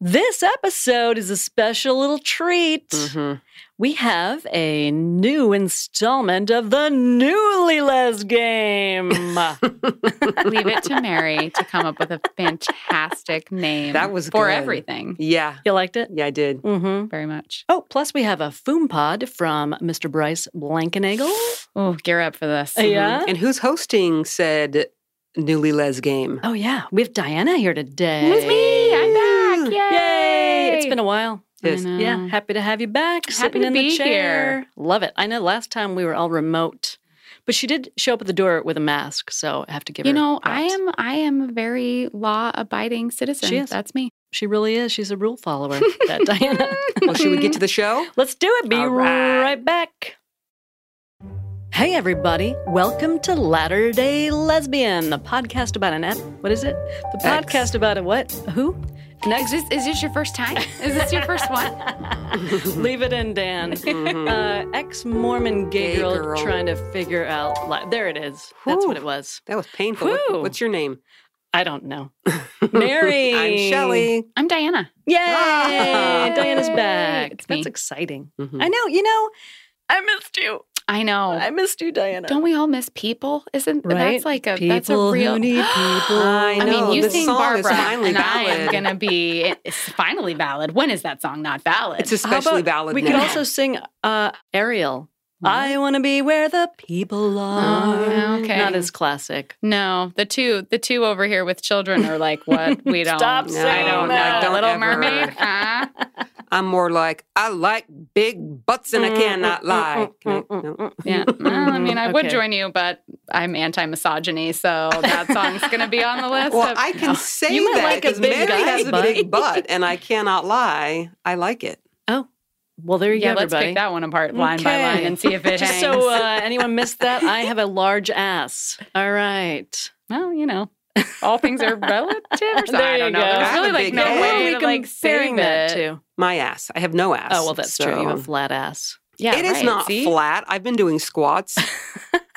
This episode is a special little treat. Mm-hmm. Mhm. We have a new installment of the newly les game. Leave it to Mary to come up with a fantastic name That was for good. everything. Yeah. you liked it? Yeah, I did. Mm-hmm. Very much. Oh, plus we have a foom pod from Mr. Bryce Blankenagel. Oh, gear up for this. Yeah. And who's hosting said newly les game? Oh yeah, we have Diana here today. It's me. I'm back. Yay. Yay! It's been a while. I Yes. know. Yeah, happy to have you back. Happy sitting to in the be chair. here. Love it. I know last time we were all remote, but she did show up at the door with a mask, so I have to give You her. know, I props. am I am a very law abiding citizen. She is. That's me. She really is. She's a rule follower. that Diana. Well, Oh, should we get to the show? Let's do it. Be All right. right. back. Hey, everybody. Welcome to Latter day Lesbian, the podcast about an app. What is it? The Ex. podcast about a what? Who? Is this is this your first time? Is this your first one? Leave it in, Dan. Mm-hmm. Uh, Ex Mormon gay, Gay girl, girl. trying to figure out. Li- there it is. That's Whew. what it was. That was painful. What- Whew. what's your name? I don't know. Mary. I'm Shelley. I'm Diana. Yay! Ah. Diana's back. It's That's me. exciting. Mhm. I know. You know, I missed you. I know. I missed you, Diana. Don't we all miss people? Isn't Right? that's like a that's People a who real need people. I know, I mean, you this sing song Barbara, is finally and I am valid. gonna be it's finally valid. When is that song not valid? It's How especially about valid We now. could also sing uh, Ariel. I want to be where the people are. Oh, okay. Not as classic. no, the two the two over here with children are like what we don't. Stop No, saying I don't that. know. Don't Little ever. Mermaid. Huh? I'm more like I like big butts Mm, and I cannot lie. Can I- no. Yeah. Well, I mean, I would Okay. join you, but I'm anti-misogyny, so that song's gonna be on the list. Well, of- I can say You might that like a because big Mary guy, has a but- big butt and I cannot lie. I like it. Well, there you yeah, go, let's everybody. pick that one apart line by Okay. line and see if it Just hangs. so uh, anyone missed that, I have a large ass. All right. well, you know, all things are relative. Or something. There I you don't know. go. There's That's really a like big no ass. Who are way we to like comparing save that it. to? My ass. I have no ass. Oh, well, that's true. You have a so- flat ass. Yeah, It is right. not See? flat. I've been doing squats.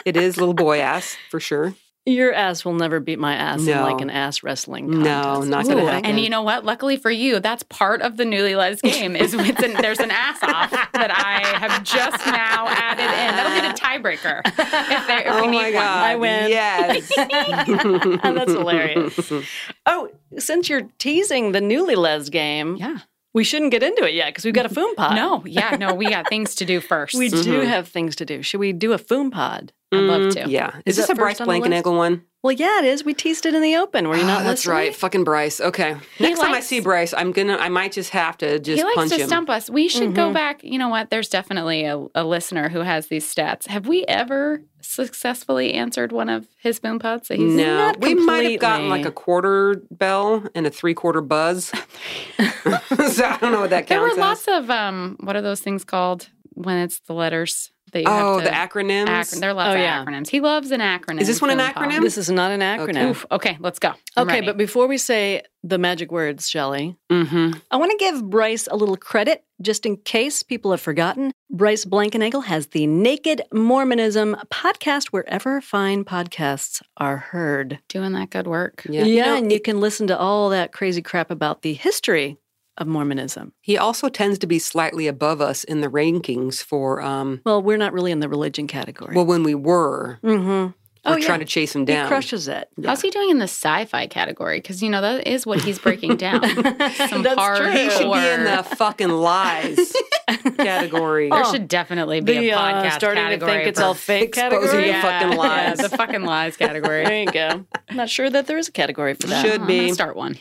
it is little boy ass for sure. Your ass will never beat my ass in No. like an ass wrestling No, contest. not It's gonna cool. happen. And you know what? Luckily for you, that's part of the newly les game. Is with an, there's an ass off that I have just now added in. That'll be the tiebreaker if, there, if oh we need my one. Oh, god! I win. Yes, That's hilarious. Oh, since you're teasing the newly les game, Yeah. we shouldn't get into it yet because we've got a foom pod. Mm-hmm. No, yeah, no, we got things to do first. We do Mhm. have things to do. Should we do a foom pod? I'd love to. Yeah, Is is, this that a Bryce first on the list? Blankenagel one? Well, yeah, it is. We teased it in the open. Were you not Oh, that's listening? right. Fucking Bryce. Okay. Next time I likes- see Bryce, I'm gonna. I might just have to just he likes punch to him. Mm-hmm. stump us. We should go back. You know what? There's definitely a, a listener who has these stats. Have we ever successfully answered one of his boom pods? That he's no, Not we might have gotten completely. like a quarter bell and a three quarter buzz. so I don't know what that counts. There were as. lots of um. What are those things called when it's the letters that you have Oh, to the acronyms. acron- There are lots Oh, of yeah. acronyms. He loves an acronym. Is this one an boom pod. acronym? This is not an acronym. Oof. Okay, let's go. I'm Okay, ready. but before we say the magic words, Shelley, mm-hmm. I want to give Bryce a little credit just in case people have forgotten. Bryce Blankenagel has the Naked Mormonism podcast wherever fine podcasts are heard. doing that good work. Yeah. yeah You know, and you can listen to all that crazy crap about the history of Mormonism. He also tends to be slightly above us in the rankings for. um Well, we're not really in the religion category. Well, when we were, mm-hmm. we're Oh, yeah. trying to chase him down. He crushes it. How's he doing in the sci-fi category? Because you know that is what he's breaking down. Some That's hard true. He should be in core. the fucking lies category. There should definitely be The, a uh, podcast starting to category think it's for- all fake exposing category. the fucking lies. the fucking lies category. There you go. I'm not sure that there is a category for that. Should I'm be. gonna start one.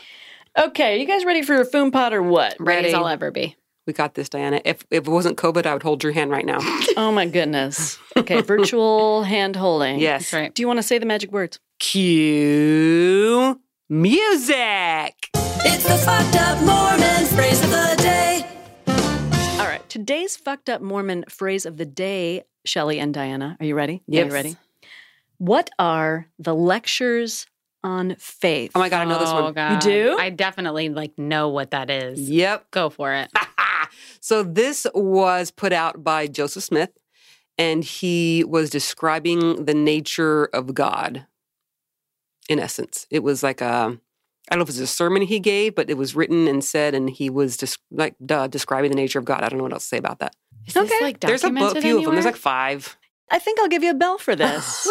Okay, you guys ready for your foom pot or what? Ready as Ready. I'll ever be. We got this, Diana. If, if it wasn't COVID, I would hold your hand right now. Oh my goodness. Okay, virtual hand holding. Yes. That's right. Do you want to say the magic words? Cue music. It's the fucked up Mormon phrase of the day. All right. Today's fucked up Mormon phrase of the day, Shelley and Diana. Are you ready? Are Yes. you ready? What are the lectures on faith? Oh my God, I know this Oh, one. God. do? I definitely like know what that is. Yep. Go for it. So this was put out by Joseph Smith, and he was describing the nature of God. In essence, it was like a I don't know if it was a sermon he gave, but it was written and said, and he was just like duh, describing the nature of God. I don't know what else to say about that. Is this, Okay. like, There's a bu- documented few of them. There's anywhere? like five. I think I'll give you a bell for this.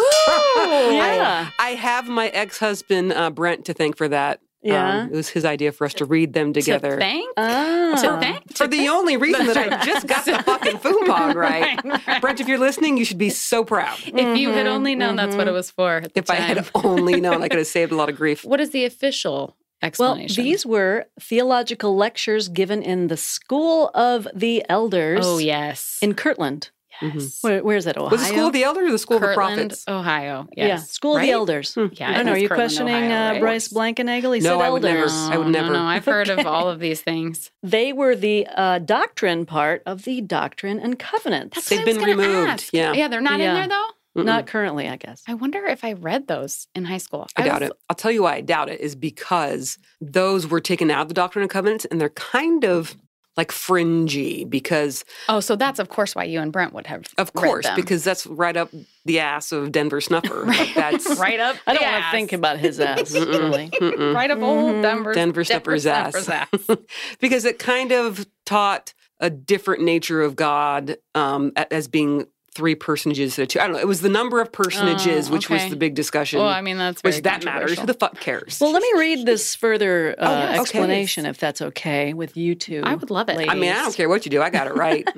yeah. I have my ex husband uh, Brent to thank for that. Um, Yeah. it was his idea for us to read them together. To thank? Ah. To thank? for to the only reason that I just got the fucking food pod right. Right, right. Brent, if you're listening, you should be so proud. If you had only known that's what it was for. At the If I had time. only known, I could have saved a lot of grief. What is the official Well, explanation? these were theological lectures given in the School of the Elders Oh, yes. in Kirtland. yes. Where, where is it? Ohio? Was the School of the Elder or the School of the Kirtland, Prophets? Oh, Ohio. Yes. Yeah, School of Right? the Elders. I Yeah, it don't know. Oh, Are is you Kirtland, questioning Ohio, uh, right? Bryce Blankenagel? He No, said I would never. elders. I would No, never. No, no, I've heard of all of these things. They were the uh, doctrine part of the Doctrine and Covenants. That's They've what I was been gonna removed, ask. yeah. Yeah, they're not Yeah. in there though. Mm-mm. Not currently, I guess. I wonder if I read those in high school. I doubt was- it. I'll tell you why I doubt it is because those were taken out of the Doctrine and Covenants and they're kind of like fringy because, Oh, so that's of course why you and Brent would have. of read course, them. because that's right up the ass of Denver Snuffer. Like that's right up. I don't the want to ass. think about his ass, Mm-mm. really. Mm-mm. right up old Denver. Mm-hmm. Denver Snuffer's ass. Snuffer's ass. because it kind of taught a different nature of God um, a- as being three personages to two. I don't know. It was the number of personages, Oh, which okay. was the big discussion. well, I mean that's very which that matters. Who controversial. the fuck cares? Well, let me read this further uh, yes, okay. explanation, if that's okay with you two. I would love it. I mean, I don't care what you do. I got it right.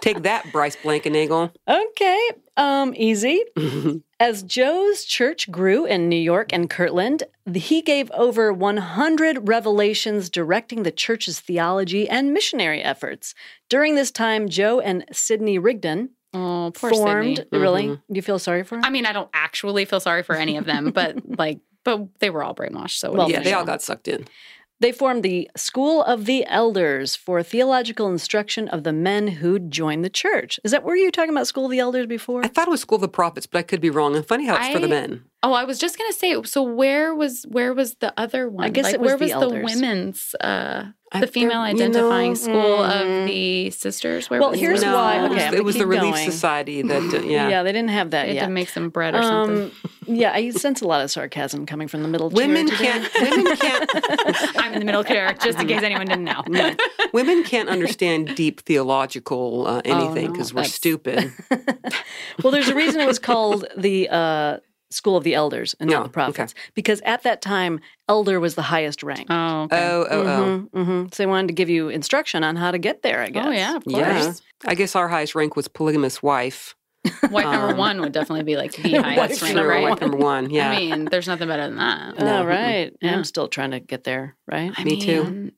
Take that, Bryce Blankenagel. Okay, um, easy. Mhm. As Joe's church grew in New York and Kirtland, he gave over 100 revelations directing the church's theology and missionary efforts. During this time, Joe and Sidney Rigdon Oh, poor formed. Sydney. Really? Do you feel sorry for him? I mean, I don't actually feel sorry for any of them, but like, but they were all brainwashed. So what Well, do you yeah, for they know? all got sucked in. They formed the School of the Elders for theological instruction of the men who joined the church. Is that were you talking about School of the Elders before? I thought it was School of the Prophets, but I could be wrong. And funny how it's for the I- men. Oh, I was just gonna say. So where was where was the other one? guess like, it was where the was elders. the women's uh, I the don't- female you identifying know, Mm-hmm. school mm. of the sisters? Where Well, was here's that? no, why- It was, okay, I'm it was gonna the keep Relief going. Society that, yeah. Um, they didn't have that They had yet. Um, to make some bread or something. yeah, I sense a lot of sarcasm coming from the middle. chair Women today. can't. Women can't. I'm in the middle here, just in case anyone didn't know. Women can't understand deep theological uh, anything Oh, no, because we're that's- stupid. Well, there's a reason it was called the uh, School of the Elders and No, not the Prophets, because at that time, elder was the highest rank. Oh, okay. Oh, oh, oh. hmm So they wanted to give you instruction on how to get there. I guess. oh yeah, of course. Yeah. I guess our highest rank was polygamous wife. White number Um, one would definitely be like the highest Wife rank, number, right? wife number one. Yeah. I mean, there's nothing better than that. All No. right. I'm still trying to get there. Right. I me too. mean,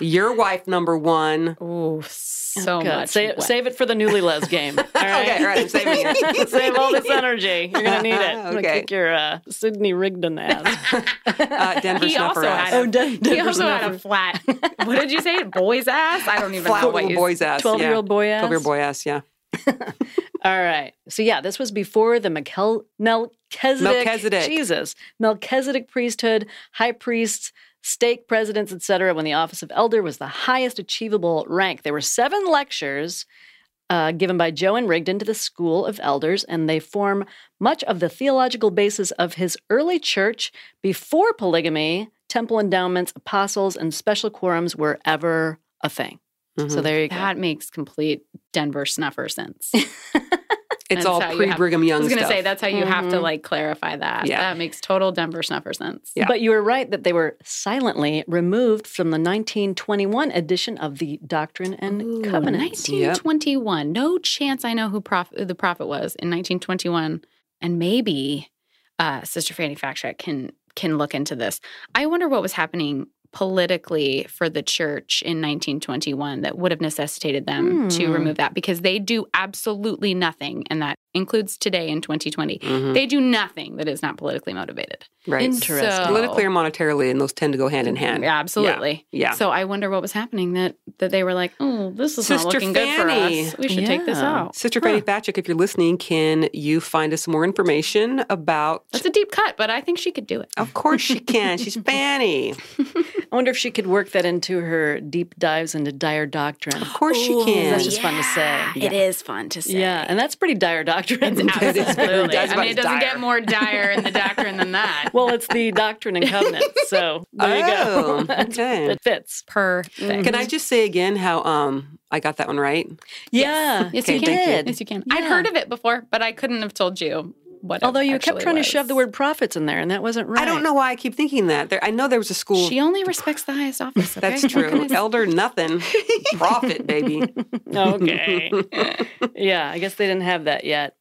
Your wife number one. Ooh, so Good. much. Save, wet. save it for the newly les game. All right? Okay, right. I'm saving it. save all this energy. You're gonna need it. I'm gonna Okay. kick your uh, Sydney Rigdon ass. Oh, Uh, Denver He Snuffer also ass. had a- Den- He Denver's also had never- a flat. What did you say? Boy's ass? I don't even know Flat what little you boy's ass. 12 year old boy ass. 12 year old boy ass, yeah. All right. So, yeah, this was before the Melchel- Melchizedek, Melchizedek. Jesus, Melchizedek priesthood, high priests, stake presidents, etc. When the office of elder was the highest achievable rank, there were seven lectures uh, given by Joe and Rigdon to the School of Elders, and they form much of the theological basis of his early church before polygamy, temple endowments, apostles, and special quorums were ever a thing. So Mhm. there you go. That makes complete Denver snuffer sense. it's that's all how you pre have- Brigham I Young was going to stuff. Mm-hmm. say that's how you have to Mhm. like clarify that. Yeah. That makes total Denver snuffer sense. Yeah. But you were right that they were silently removed from the 1921 edition of the Doctrine and Ooh, Covenants. 1921. No chance I know who prof- who the prophet was in 1921. And maybe uh, Sister Fanny Fact can can look into this. I wonder what was happening politically for the church in 1921 that would have necessitated them to Hmm. remove that because they do absolutely nothing, and that includes today in 2020. Mhm. They do nothing that is not politically motivated. Right. Interesting. So- Politically or monetarily, and those tend to go hand in hand. Yeah, absolutely. Yeah. So I wonder what was happening that that they were like, oh, this is not Sister looking good for Fanny. us. We should take this Yeah. out. Sister Fanny Fatchik, if you're listening, can you find us more information about Oh, That's a deep cut, but I think she could do it. Of course she can. She's Fanny. I wonder if she could work that into her deep dives into dire doctrine. Of course she can. That's just fun to say. It is fun to say. Yeah, and that's pretty dire doctrine. Absolutely. That's I about mean, it as doesn't dire. get more dire in the doctrine than that. well, it's the doctrine and covenant. So there you Oh, go. That's- okay. It fits. mm, Perfect. Can I just say again how um I got that one right? Yeah. Yes, Okay, you it can. did. Yes, you can. I'd Yeah. heard of it before, but I couldn't have told you what. it Although you kept actually trying was. to shove the word prophets in there, and that wasn't right. I don't know why I keep thinking that. There, I know there was a school. She only respects the highest office. Okay? that's What true. can I say? Elder nothing. Prophet, baby. Okay. yeah, I guess they didn't have that yet.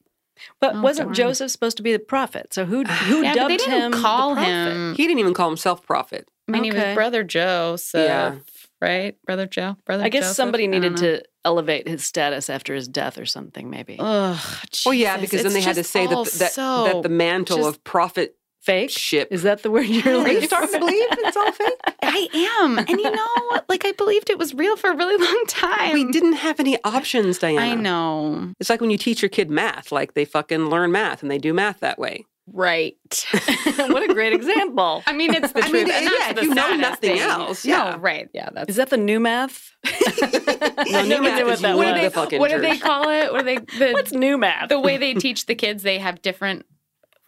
But Oh, wasn't darn. Joseph supposed to be the prophet? So who who Yeah, but dubbed they didn't him the call prophet? him. He didn't even call himself prophet. I mean, he Okay. was brother Joe. So Yeah. right, brother Joe. Brother. I guess Joseph? somebody I don't needed know. to elevate his status after his death or something, maybe. Ugh, Well, yeah, Jesus, because then it's they had to just say all that that, so that the mantle just- of prophet. Fake Ship. Is that the word you're Yes. Are you looking starting for? to believe it's all fake? I am, and you know, what? like I believed it was real for a really long time. we didn't have any options, Diana. I know. It's like when you teach your kid math, like they fucking learn math and they do math that way. Right. what a great example. I mean, it's the I truth. mean, and yeah, that's if the you know saddest nothing thing. else, No, yeah. right. Yeah, that's Is that the new math? No, new never math knew what is that one was. of the fucking what do they jerks. call it? What do they What's the, new math? the way they teach the kids? They have different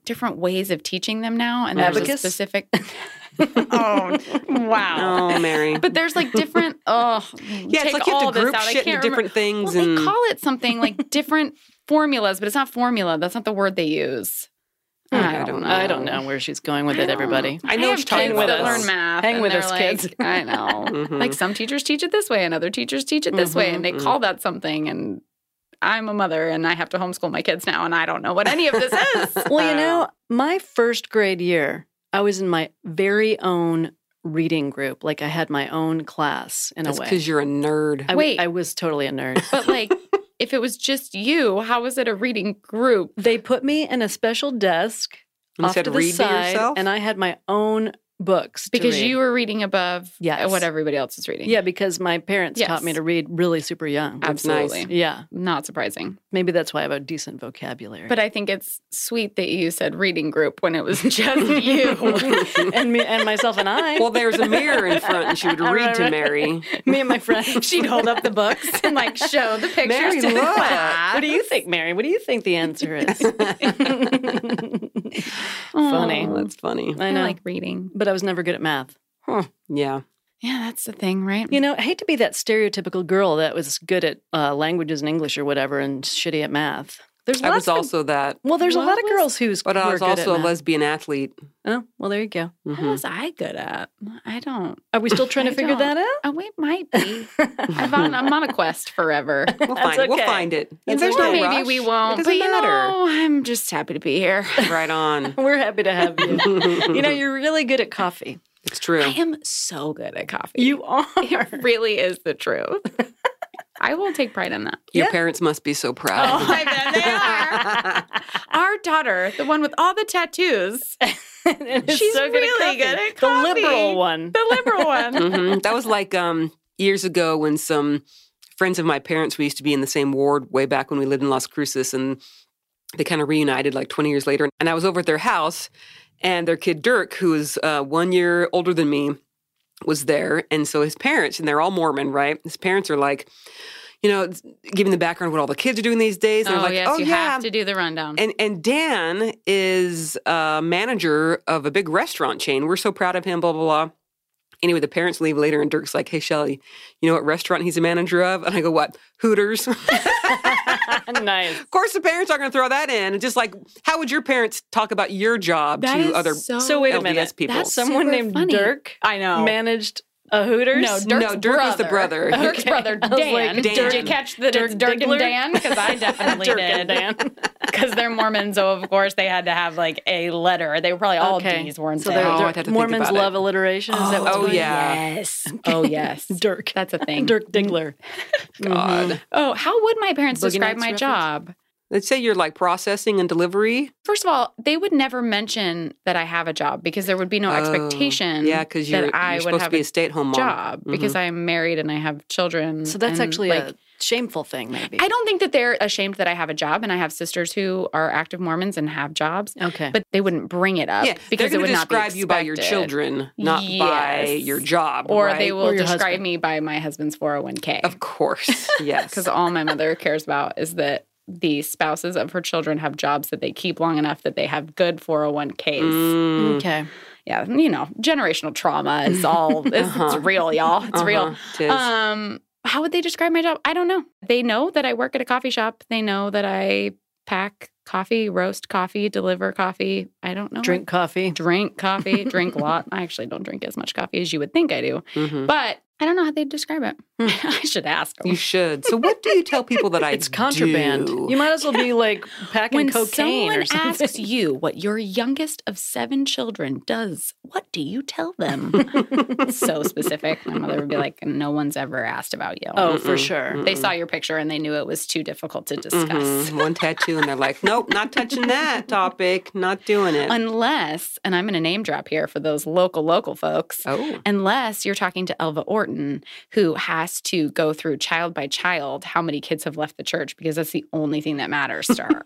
different ways of teaching them now, and there's a Abacus? specific. oh wow! Oh, Mary. But there's like different. Oh yeah, it's take like you have all to this group out. I shit into can't remember. different things. Well, and they call it something like different formulas, but it's not formula. That's not the word they use. Hmm, I don't know. I don't know where she's going with I it, don't everybody. I know what I have you're talking kids about. that Hang with learn us. math. Hang and with they're us, like, kids. I know. Mhm. Like some teachers teach it this way, and other teachers teach it this way, and they Mm-hmm. Mhm, call that something. And I'm a mother, and I have to homeschool my kids now, and I don't know what any of this is. Well, you know, Um, my first grade year, I was in my very own reading group. Like I had my own class in That's a way. because you're a nerd. I, Wait. I was totally a nerd. but like, if it was just you, how is it a reading group? they put me in a special desk You off said to the read to side, yourself? and I had my own books to Because read. you were reading above Yes. what everybody else is reading. yeah, because my parents Yes. taught me to read really super young. That's nice. absolutely. Yeah, Not surprising. maybe that's why I have a decent vocabulary. But I think it's sweet that you said reading group when it was just you. and me and myself and I, well, there's a mirror in front, and she would Right, read to right. Mary. me and my friends, She'd hold up the books and like show the pictures Mary, to the look. class. What do you think, Mary? What do you think the answer is? Funny. Oh, that's funny. I know, like reading. but I was never good at math. Yeah. Yeah, that's the thing, right? You know, I hate to be that stereotypical girl that was good at uh, languages and English or whatever and shitty at math. There's I lots was of- also that, well, there's a What lot of was- girls who's but who I are was good at also a math. lesbian athlete. Mm-hmm. Oh, well, there you go. what was I good at? I don't. Are we still trying to I figure don't. that out? Oh, it might be. I've on, I'm on a quest forever. We'll find it. We'll okay. find it. That's there's okay. no Maybe rush. we It won't. doesn't but you matter. know, I'm just happy to be here. Right on. We're happy to have you. you know, you're really good at coffee. It's true. I am so good at coffee. You are. It really is the truth. I will take pride in that. Your Yeah. parents must be so proud. Oh, I bet they are. Our daughter, the one with all the tattoos, And it's She's so good really at good coffee. at The liberal coffee. one. the liberal one. hmm That was like um, years ago when some friends of my parents, we used to be in the same ward way back when we lived in Las Cruces, and they kind of reunited like 20 years later. And I was over at their house, and their kid Dirk, who is uh, one year older than me, was there. And so his parents, and they're all Mormon, right? His parents are like, you know, it's- giving the background of what all the kids are doing these days. They're oh, like, yes, oh, you yeah. have to do the rundown. And and Dan is a manager of a big restaurant chain. We're so proud of him, blah, blah, blah. Anyway, the parents leave later and Dirk's like, Hey Shelly, you know what restaurant he's a manager of? And I go, What? Hooters. of nice. course the parents aren't gonna throw that in. It's just like, how would your parents talk about your job That to is other so- So wait a LDS minute. people? That's Someone super named funny. Dirk I know. managed a Hooters. no, Dirk's No, Dirk was the brother. Dirk's Okay. brother, I Dan. was like, Did Dan. you catch the Dirk, Dirk Dirk and Diggler? Dan? Because I definitely Dirk and did. Dan. Because they're Mormons, so of course they had to have like a letter. They were probably all D's, weren't so they? they're, Oh, they're- I'd have to think Mormons about it. love alliteration. Is that what's Oh, going on? yeah. Yes. Oh yes. Dirk. That's a thing. Dirk Diggler. God. Mm-hmm. Oh, how would my parents Boogie describe Nights my reference? job? Let's say you're like processing and delivery. First of all, they would never mention that I have a job because there would be no Oh, expectation yeah, because that you're, I you're would supposed to have be a a stay at home mom. Mm-hmm. job because I'm married and I have children. So that's and, actually like, a shameful thing, maybe. I don't think that they're ashamed that I have a job and I have sisters who are active Mormons and have jobs, okay. but they wouldn't bring it up yeah, because they're it would gonna not be describe you by your expected. children, not by Yes. your job. Or right? they will your describe husband. me by my husband's 401k. Of course, yes. Because all my mother cares about is that the spouses of her children have jobs that they keep long enough that they have good 401ks. Mm, okay. Yeah, you know, generational trauma is all, it's, Uh-huh. it's real, y'all. It's real. uh-huh, 'tis. Um, how would they describe my job? I don't know. They know that I work at a coffee shop. They know that I pack coffee, roast coffee, deliver coffee. I don't know. Drink coffee. drink coffee, drink a lot. I actually don't drink as much coffee as you would think I do, Hmm. Mhm. but I don't know how they describe it. I should ask 'em. You should. So, what do you tell people that I It's contraband. do? You might as well be like packing When cocaine someone or something. asks you what your youngest of seven children does, what do you tell them? so specific. My mother would be like, "No one's ever asked about you." oh, for sure. They saw your picture and they knew it was too difficult to Mm-hmm. discuss. Mhm. One tattoo, and they're like, nope, not touching that topic, not doing it. Unless, and I'm going to name drop here for those local, local folks, oh, unless you're talking to Elva Orton, who has to go through child by child how many kids have left the church because that's the only thing that matters to her.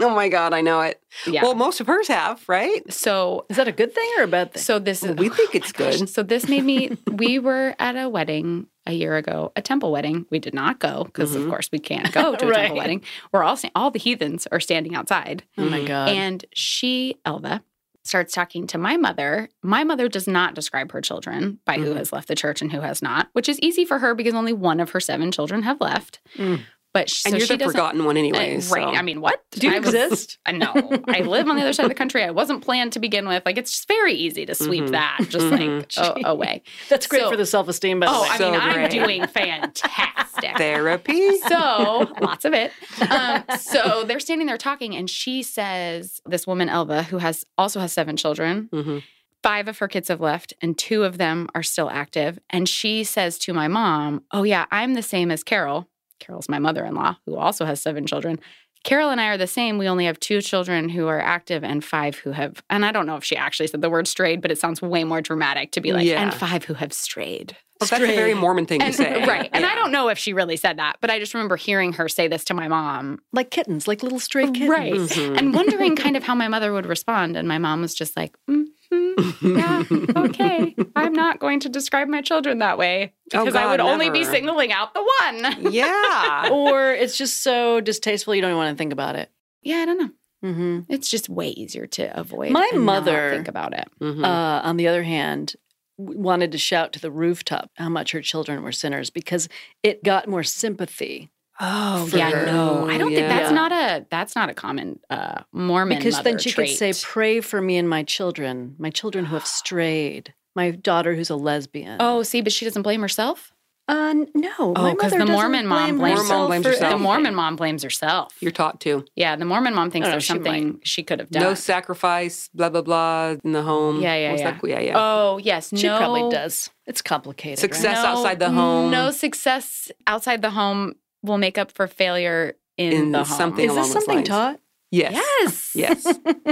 oh my God, I know it. yeah. Well, most of hers have, right? so, Is that a good thing or a bad thing? so this is. oh We think it's gosh, good. So this made me. We were at a wedding a year ago, a temple wedding. We did not go because, Mm-hmm. of course, we can't go to a Right. temple wedding. We're all sta- all the heathens are standing outside. oh my Uh, god. And she, Elva, starts talking to my mother. My mother does not describe her children by who Mhm. has left the church and who has not, which is easy for her because only one of her seven children have left. Mm. But sh- And so you're she the doesn't. forgotten one, uh, anyways. right. so- I mean, what? do you I was- exist? uh, no, I live on the other side of the country. I wasn't planned to begin with. Like, it's just very easy to sweep Mhm. that just like Mhm. a- away. That's great So- for the self-esteem, by the Oh, way. I Mm-hmm. So mean, I'm great. doing fantastic. therapy. So lots of it. Um, so they're standing there talking, and she says, "This woman, Elva, who has also has seven children. Mhm. Five of her kids have left, and two of them are still active." And she says to my mom, "Oh yeah, I'm the same as Carol. Carol's my mother-in-law, who also has seven children." Carol and I are the same. We only have two children who are active and five who have. And I don't know if she actually said the word strayed, but it sounds way more dramatic to be like, Yeah. and five who have strayed. Well, that's a very Mormon thing And- to say. Right. And Yeah. I don't know if she really said that, but I just remember hearing her say this to my mom. like kittens, like little stray kittens. Right. And wondering kind of how my mother would respond. And my mom was just like, hmm yeah, okay. I'm not going to describe my children that way Oh, because I God, would only be never. singling out the one. Yeah. Oh, Or it's just so distasteful you don't even want to think about it. Yeah, I don't know. hmm It's just way easier to avoid. My and not mother- think about it. Mhm. Uh, on the other hand, w- wanted to shout to the rooftop how much her children were sinners because it got more sympathy. oh, yeah, no, I don't think that's yeah. not a that's not a common uh, Mormon Because then mother she trait. could say, "Pray for me and my children, my children who have strayed, my daughter who's a lesbian." "Oh, see, but she doesn't blame herself." uh, n- no, my 'cause mother the doesn't Mormon mom blame blames- herself Mormon blames for herself. The anything. Mormon mom blames herself. You're taught to. Yeah, the Mormon mom thinks I don't know, there's she might. something she could have done. No sacrifice, blah, blah, blah, in the home. Yeah, yeah, What's yeah. that? yeah, yeah. Oh yes, She no, probably does. It's complicated. right? Success outside the home. No success outside the home will make up for failure in, In the home. something Is along this those something lines. taught? Yes. Yes. Yes.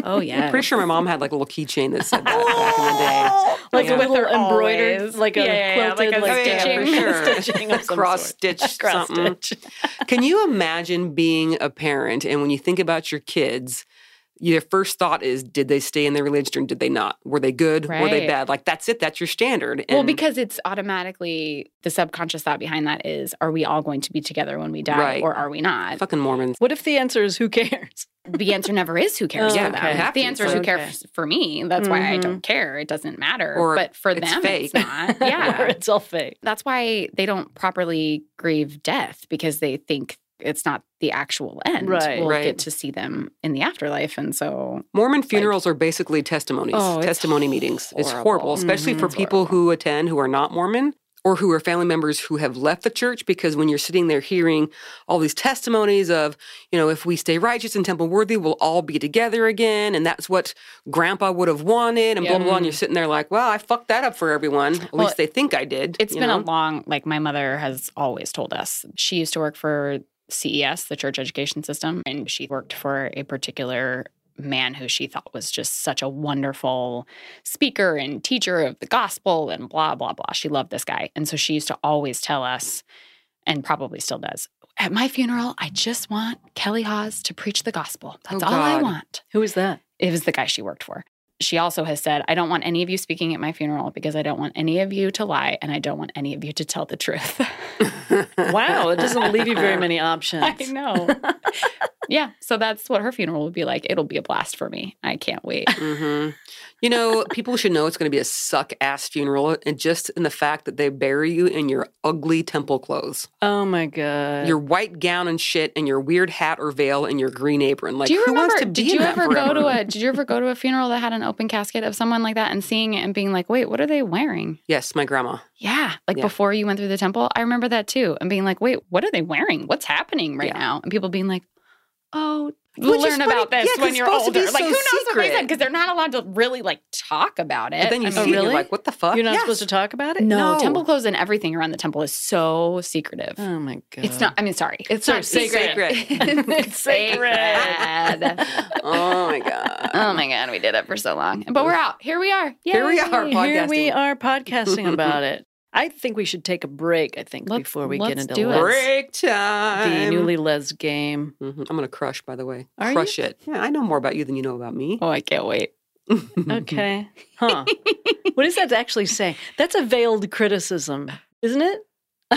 Oh yeah. Pretty sure my mom had like a little keychain that said that back in the day. Like a Yeah. little embroidered, always. like a Yeah, yeah, yeah, quilted, Oh, like a like, stitching. Oh, yeah, for sure. stitching of some Cross sort. stitch Cross something. stitch. Can you imagine being a parent and when you think about your kids, your first thought is, did they stay in their religion or did they not? Were they good? Were Right. they bad? Like that's it. That's your standard. Well, And- because it's automatically the subconscious thought behind that is: Are we all going to be together when we die, Right. or are we not? fucking Mormons. What if the answer is who cares? The answer never is who cares Oh, for okay. them. Have The to. Mm-hmm. answer is who Okay. cares for me. That's why I Mhm. don't care. It doesn't matter. Or but for it's them, fake. it's not. Yeah, or it's all fake. that's why they don't properly grieve death because they think it's not the actual end. Right. We'll Right. get to see them in the afterlife. And so Mormon funerals are basically testimonies, Oh, it's testimony meetings. It's horrible. Mm-hmm. horrible, especially Mhm. for It's people who attend who are not Mormon or who are family members who have left the church because when you're sitting there hearing all these testimonies of, you know, if we stay righteous and temple worthy, we'll all be together again and that's what grandpa would have wanted and blah Yeah. blah blah and you're sitting there like, well, I fucked that up for everyone. At Well, least they think I did. It's you been know? a long like my mother has always told us she used to work for CES, the church education system, and she worked for a particular man who she thought was just such a wonderful speaker and teacher of the gospel and blah, blah, blah. She loved this guy. And so she used to always tell us, and probably still does, at my funeral, I just want Kelly Haas to preach the gospel. That's Oh, all I God. want. Who is that? It was the guy she worked for. She also has said, I don't want any of you speaking at my funeral because I don't want any of you to lie and I don't want any of you to tell the truth. Wow, it doesn't leave you very many options. I know. yeah. So that's what her funeral would be like. It'll be a blast for me. I can't wait. hmm You know, people should know it's going to be a suck ass funeral, and just in the fact that they bury you in your ugly temple clothes, Oh my god. your white gown and shit, and your weird hat or veil and your green apron. Like, do you who remember? wants to be Did you in that ever go to forever? a? Did you ever go to a funeral that had an open casket of someone like that and seeing it and being like, "Wait, what are they wearing?" Yes, my grandma. Yeah, like Yeah. before you went through the temple, I remember that too, and being like, "Wait, what are they wearing? What's happening right Yeah. now?" And people being like, "Oh, Which is learn about funny. this Yeah, 'cause when it's you're supposed to be older." like, so who knows the reason? secret. Because they're not allowed to really like talk about it. But then you I see mean- it, and Really? you're like, what the fuck? You're not Yes. supposed to talk about it? no, No. temple clothes and everything around the temple is so secretive. Oh my god. It's not. I mean, sorry. It's So not secret. secret. it's sacred. Oh my god. oh my god, we did it for so long, but we're out. Here we are. Yay. Here we are, podcast. Here we podcasting. are podcasting about it. I think we should take a break, I think, Let's- before we let's get into do it. Les, Break the time. newly Les game. Mhm. I'm gonna crush, by the way. Are you? crush it. Yeah, I know more about you than you know about me. Oh, I can't wait. Okay. Huh. what does that actually say? That's a veiled criticism, isn't it?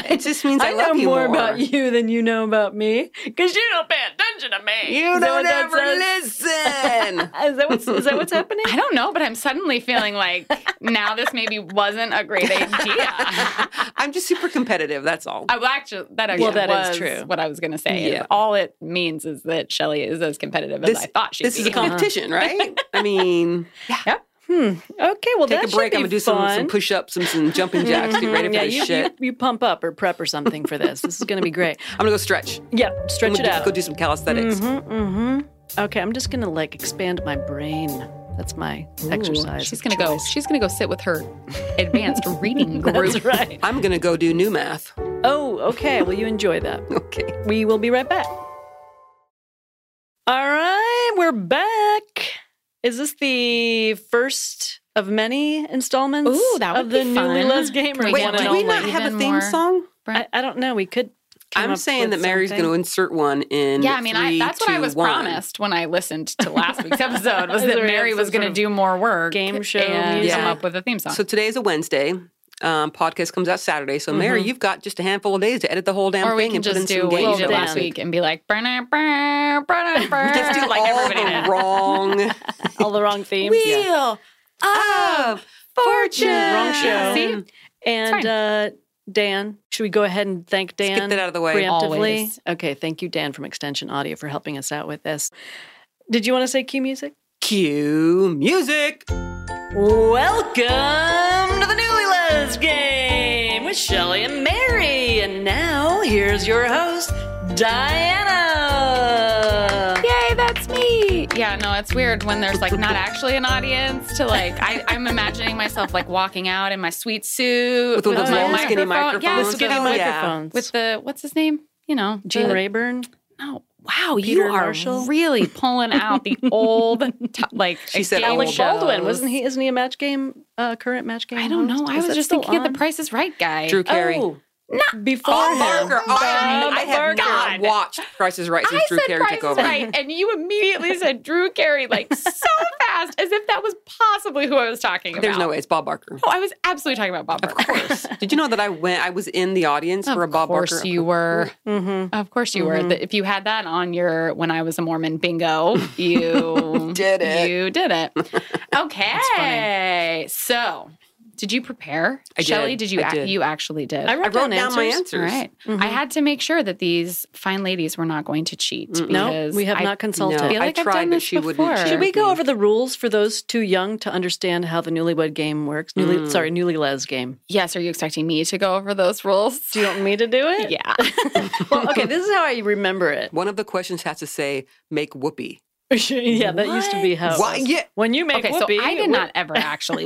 It just means I, I, know love you more, about you than you know about me because you don't pay attention to me. You Is that what don't that ever says? listen. Is that what's, is that what's happening? I don't know, but I'm suddenly feeling like now this maybe wasn't a great idea. I'm just super competitive. That's all. I, well, actually, that actually Well, that is was true. what I was going to say. Yeah. All it means is that Shelley is as competitive This- as I thought she'd This be. is a competition, right? I mean, Hmm. Okay. Well, take that a should break. be I'm gonna do some, fun. some push-ups and some jumping jacks. Mm-hmm. Get ready for Mhm. yeah, this you, Oh, shit. You, you pump up or prep or something for this. This is going to be great. I'm gonna go stretch. Yeah, I'm stretch gonna it do- out. Go do some calisthenics. Mm-hmm. Okay, I'm just gonna like expand my brain. That's my exercise. She's of gonna go. choice. She's gonna go sit with her advanced reading group. That's right. I'm gonna go do new math. Oh, okay. Well, you enjoy that. Okay. We will be right back. All right, we're back. Is this the first of many installments Ooh, that of would the be newly fun. Les Gamer? Can we one Wait, get and do we one only? not have a even theme more? song? I, I don't know. We could. come I'm up saying that with Mary's something. gonna insert one in. Yeah, I mean, I, three, that's what I two, was one. promised when I listened to last week's episode was Is that there Mary some was going sort to of do more work, game show and music? come Yeah. up with a theme song. So today is a Wednesday. Um, podcast comes out Saturday. So Mary, you've got just a handful of days to edit the whole damn Mm-hmm. or we thing can and put just in do some what game you show did last music. week and be like, burn, burn, burn, burn, Just do like all everybody the did. wrong. all the wrong themes. of fortune. Wrong show. See? And uh, Dan, should we go ahead and thank Dan? Get that out of the way. preemptively? Always. Okay, thank you, Dan from Extension Audio, for helping us out with this. Did you want to say cue music? Cue music. Welcome to the Newly Les Game with Shelley and Mary. And now here's your host, Diana. Yay, that's me. Yeah, no, it's weird when there's like not actually an audience to like. I, I'm imagining myself like walking out in my sweet suit With all those my long skinny Yeah, microphones. with Skinny the- Oh, yeah. microphones. with the what's his name? You know, Gene the- Rayburn. Oh wow, Peter you are Marshall. really pulling out the old t- like. She said game Alec Alec shows. Baldwin, wasn't he? Isn't he a match game, uh, current match game? I don't Uh-huh. know. host? I Is was that just still thinking of on? the Price is Right guy. Drew Carey. Oh, before Bob him. Barker. I, have- Bob I have Barker. not watched Price is Right since I Drew said Carey took Price is over. Right, and you immediately said Drew Carey like so fast, as if that was possibly who I was talking about. There's no way. It's Bob Barker. No, I was absolutely talking about Bob. Of Barker. course. Did you know that I went? I was in the audience for a Bob Of course Barker. Mm-hmm. you were. Mhm. Of course you were. If you had that on your "When I Was a Mormon" bingo, you Did it. You did it. Okay. So, did you prepare, I did. Shelley? Did you? I ac- did. You actually did. I I wrote, wrote down my answers. answers. Mm-hmm. All right. I had to make sure that these fine ladies were not going to cheat. No, because we have I not No, consulted. feel I like I've tried, done but this she before. wouldn't. Should we cheer go me. over the rules for those too young to understand how the newlywed game works? Newly, sorry, newly les game. Yes, are you expecting me to go over those rules? Do you want me to do it? yeah. well, okay. This is how I remember it. One of the questions has to say, make whoopee. yeah, that used to be how. it Why? was. Yeah. When you make okay, whoopee, so I did not ever actually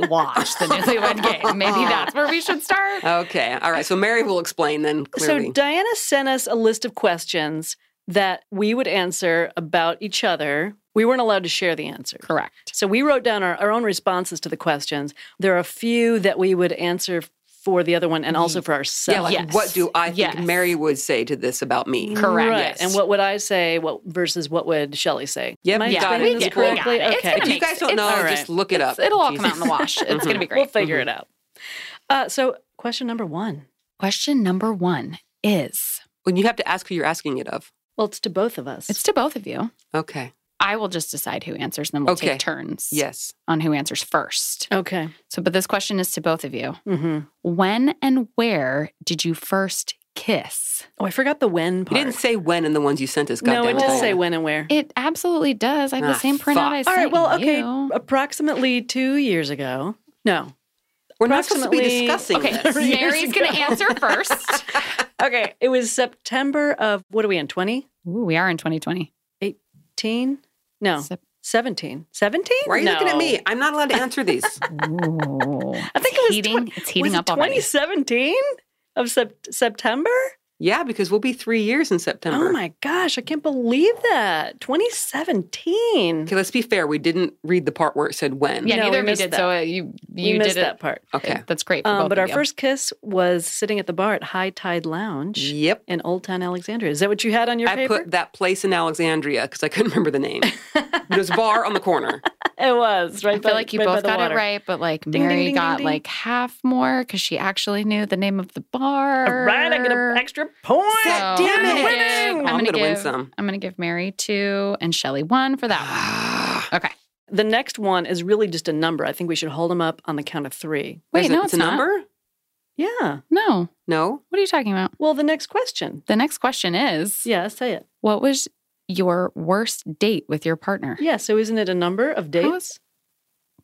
watch the Newlywed Game. Maybe that's where we should start. Okay. All right. So Mary will explain then clearly. So Diana sent us a list of questions that we would answer about each other. We weren't allowed to share the answers. Correct. So we wrote down our, our own responses to the questions. There are a few that we would answer for the other one and also for yeah. ourselves. Like, Yes. what do I think Yes. Mary would say to this about me? Correct. Right. Yes. And what would I say? What versus what would Shelley say? Yep, Am I got yeah, it. explaining we this get, we got correctly? it. It's Okay. gonna If you make guys don't sense. know, all right. just look it up. It's- It'll all come Jesus. out in the wash. It's going to Mm-hmm. be great. Mm-hmm. We'll figure it out. Uh, so, question number one. Question number one is Well, you have to ask who you're asking it of. Well, it's to both of us. it's to both of you. Okay. I will just decide who answers, and then we'll Okay. take turns Yes. on who answers first. okay. So, but this question is to both of you. hmm When and where did you first kiss? Oh, I forgot the when You part. didn't say when in the ones you sent us. no, it goddamn does Diana. say when and where. It absolutely does. I have Ah, the same fuck. printout I All sent right. Well, okay. you. Approximately two years ago. No. We're not supposed to be Approximately- discussing Okay, this. Years Mary's going to ago. answer first. Okay. It was September of what are we in? 20? Ooh, we are in 2020. 18? No. Sep- 17. 17? Why are you looking at No. me? I'm not allowed to answer these. Ooh. I think it was heating. it's heating was up it already. 2017 of sep- September? yeah, because we'll be three years in September. Oh my gosh, I can't believe that. 2017. Okay, let's be fair. We didn't read the part where it said when. Yeah, No, we neither of you missed did. that. So uh, you You you missed did it. that part. Okay. That's great. For Um, both but of our you. first kiss was sitting at the bar at High Tide Lounge Yep. in Old Town Alexandria. Is that what you had on your I paper? put that place in Alexandria because I couldn't remember the name. There's a bar on the corner. it was right. I by- feel like you right by both the got it water. right, but like ding, Mary ding, got ding. like half more because she actually knew the name of the bar. All right, I get an extra point. Um, So Set, damn Oh, I'm it. Winning. gonna I'm give- I'm gonna going to win give some. I'm going to give Mary two and Shelly one for that Ah. one. Okay. The next one is really just a number. I think we should hold them up on the count of three. Wait, There's no, a, it's, a not. number? Yeah. No. No. What are you talking about? Well, the next question. The next question is Yeah, say it. What was your worst date with your partner? Yeah. So isn't it a number of How dates? was-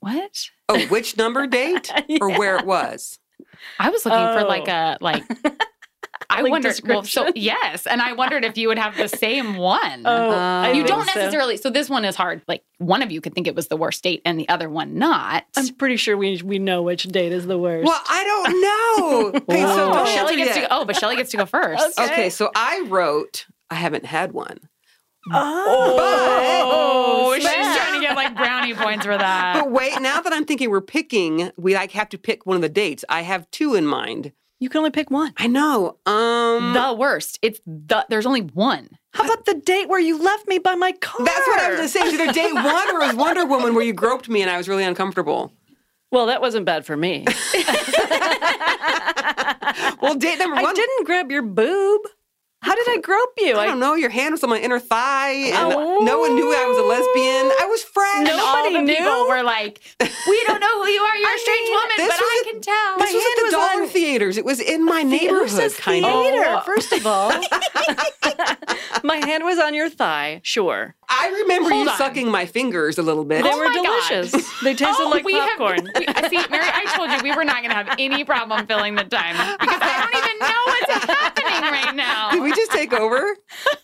What? Oh, which number date or Yeah. where it was? I was looking for Oh. like a like. I Like wondered. Well, so description? yes, and I wondered if you would have the same one. Oh, Uh, I you think don't so. necessarily. So. this one is hard. Like one of you could think it was the worst date, and the other one not. I'm pretty sure we we know which date is the worst. Well, I don't know. okay, so oh, don't Shelley answer gets to yet. go, oh, but Shelly gets to go first. Okay. Okay, so I wrote, I haven't had one. Oh, Oh, she's snap. trying to get like brownie points for that. But wait, now that I'm thinking we're picking, we like have to pick one of the dates. I have two in mind. You can only pick one. I know. Um The worst. It's the. There's only one. How about the date where you left me by my car? That's what I was gonna say. Is Either day one or it was Wonder Woman where you groped me and I was really uncomfortable. Well, that wasn't bad for me. Well, date number one I didn't grab your boob. How did I grope you? I don't know. Your hand was on my inner thigh, and no one knew I was a lesbian. I was fresh. And all Nobody the knew? people were like, "We don't know who you are. You're a strange mean, woman, this but I was a- can tell." This was hand at the was dollar on- theaters. It was in my neighborhood, says kind of. theater, Oh. first of all. my hand was on your thigh, sure. I remember Hold you on. sucking my fingers a little bit. They Oh were my God. delicious. They tasted like Oh, we have- popcorn. we- see, Mary, I told you we were not going to have any problem filling the time because I don't even know what's happening right Did now. we just take over?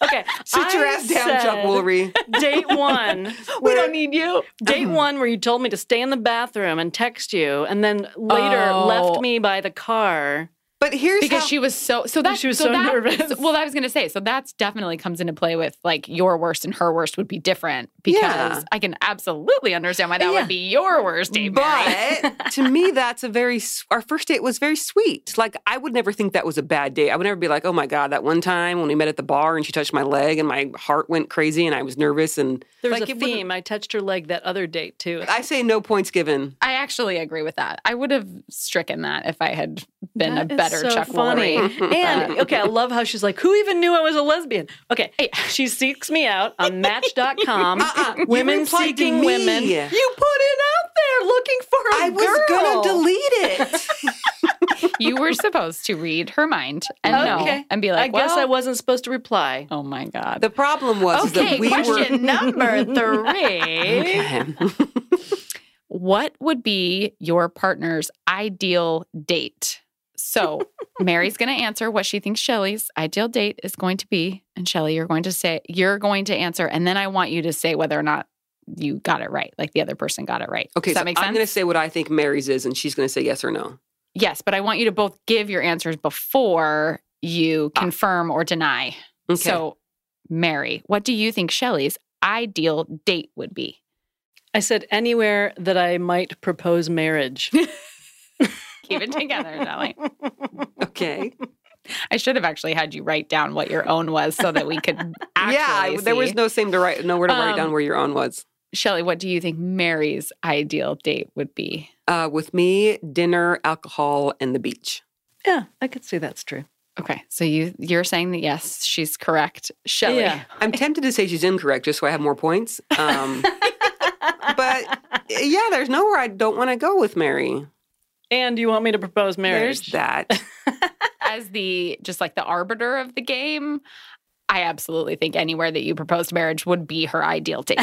okay. Sit your I ass down, Chuck said- Woolery. Date one. We don't need you. Date one where you told me to stay in the bathroom and text you, and then later Oh. left me by the car. But here's Because how, she was so so that She was so that- nervous. Well, I was going to say so that's definitely comes into play with like your worst and her worst would be different because Yeah. I can absolutely understand why that Yeah. would be your worst date. Mary. But to me, that's a very s- our first date was very sweet. Like I would never think that was a bad date. I would never be like, oh my god, that one time when we met at the bar and she touched my leg and my heart went crazy and I was nervous and There was like a it wouldn't- theme. I touched her leg that other date too. I say no points given. I actually agree with that. I would have stricken that if I had been That a is better so Chuck funny. Woolery. and okay, I love how she's like, who even knew I was a lesbian? Okay, she seeks me out on Match.com. Uh-uh, you women replied to seeking me. women. You put it out there looking for a I was girl. gonna delete it. You were supposed to read her mind and know Okay. and be I like, guess well, I wasn't supposed to reply. Oh my god. the problem was is Okay, that we question were. number three. Okay. What would be your partner's ideal date? So Mary's going to answer what she thinks Shelly's ideal date is going to be. And Shelly, you're going to say, you're going to answer. And then I want you to say whether or not you got it right, like the other person got it right. Okay, Does that so make sense? I'm going to say what I think Mary's is, and she's going to say yes or no. yes, but I want you to both give your answers before you Ah. confirm or deny. Okay. So, Mary, what do you think Shelly's ideal date would be? I said anywhere that I might propose marriage. Keep it together, Shelly. okay. I should have actually had you write down what your own was so that we could actually yeah, I- there was see. no same to write nowhere to write down Um, where your own was. Shelly, what do you think Mary's ideal date would be? Uh, with me, dinner, alcohol, and the beach. yeah, I could see that's true. Okay, so you you're saying that yes, she's correct, Shelly. Yeah. I'm tempted to say she's incorrect just so I have more points. Um, but yeah, there's nowhere I don't want to go with Mary. And you want me to propose marriage? There's that. As the just like the arbiter of the game, I absolutely think anywhere that you proposed marriage would be her ideal date.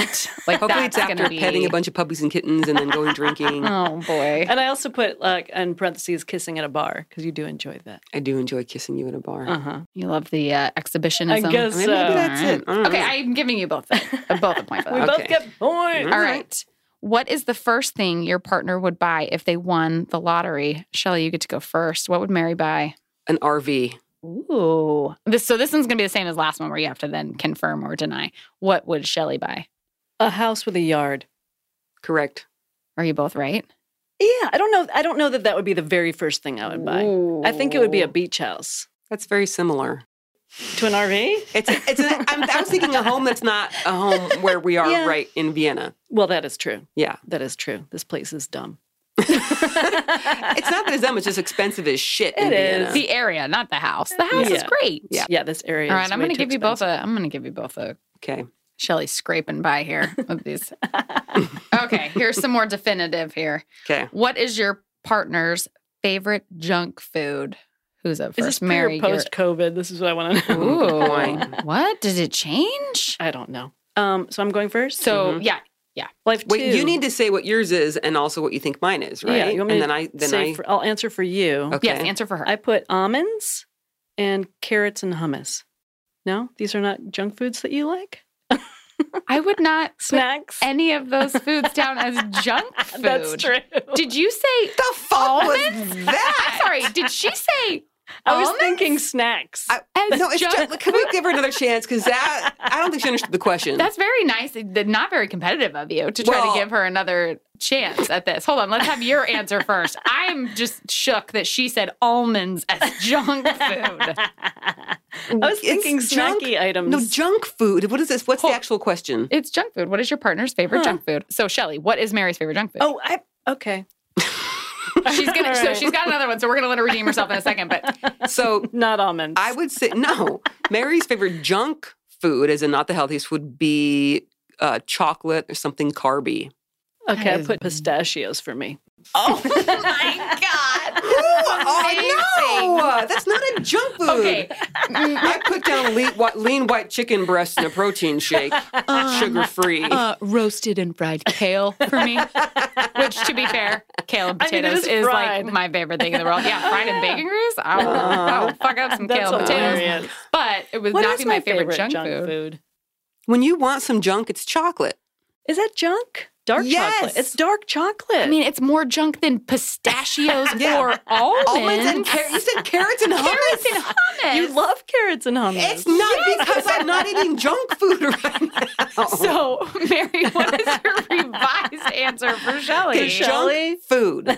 Like Hopefully, it's that's after gonna be petting a bunch of puppies and kittens and then going drinking. Oh boy. And I also put like in parentheses kissing at a bar because you do enjoy that. I do enjoy kissing you at a bar. Uh huh. You love the uh, exhibitionism. I guess Maybe, so. maybe that's it. I don't Okay, know. I'm giving you both a, both a point for We that. both Okay. get points. All right. What is the first thing your partner would buy if they won the lottery? Shelly, you get to go first. What would Mary buy? An RV. Ooh. This so this one's gonna be the same as last one where you have to then confirm or deny. What would Shelly buy? A house with a yard. Correct. Are you both right? Yeah, I don't know. I don't know that that would be the very first thing I would buy. I think it would be a beach house That's very similar. to an RV. It's a, it's. A, I'm, I was thinking a home that's not a home where we are Yeah. right in Vienna. Well, that is true. Yeah, That is true. This place is dumb. it's not that it's them. It's just expensive as shit. in It is. Vienna. the area, not the house. The house is Yeah. great. Yeah. Yeah, this area. All right, is I'm way gonna too give you both expensive. a I'm gonna give you both a Okay. Shelly scraping by here with these. okay, here's some more definitive here. Okay. What is your partner's favorite junk food? Who's up Is first? this Mary. pre or you're- post COVID? This is what I want to know. Ooh, good Ooh. point. what? Did it change? I don't know. Um, so I'm going first. So Mhm. yeah, well, I have Wait. two. You need to say what yours is and also what you think mine is, right? Yeah, you want me and to then I then say I. for- I'll answer for you. okay. yes, answer for her. I put almonds and carrots and hummus. No, these are not junk foods that you like. I would not put Snacks. any of those foods down as junk food. That's true. Did you say the fuck was I'm that? sorry, did she say I was almonds? thinking snacks. I- as No, it's junk? just, can we give her another chance? Because that I don't think she understood the question. That's very nice. Th- Not very competitive of you to try Well- to give her another chance at this. Hold on, let's have your answer first. I'm just shook that she said almonds as junk food. I was It's thinking junk- snacky items. no junk food. What is this? What's Hold- the actual question? It's junk food. What is your partner's favorite Huh. junk food? So Shelly, what is Mary's favorite junk food? oh, I okay. she's gonna. all So right. she's got another one. So we're gonna let her redeem herself in a second. But So Not almonds. I would say no. Mary's favorite junk food, as in not the healthiest, would be uh, chocolate or something carby. okay, I That put pistachios for me. Oh, my God. no, that's not a junk food. Okay. I put down lean white, lean white chicken breast in a protein shake, sugar free. Uh, roasted and fried kale for me, which, to be fair, kale and I mean, it potatoes is is, like fried. Uh-huh. my favorite thing in the world. Yeah, fried in bacon grease. I'll, I'll fuck up some That's kale and potatoes. hilarious. But it would What not is be my, favorite, junk, food. when you want some junk, it's chocolate. Is that junk? Dark chocolate. Yes. It's dark chocolate. I mean, it's more junk than pistachios Yeah. or almonds. Almonds and carrots. You said carrots and hummus. Carrots and hummus. you love carrots and hummus. it's not because I'm not eating junk food right now. So, Mary, what is your revised answer for Shelly? It's Shelley? junk food. oh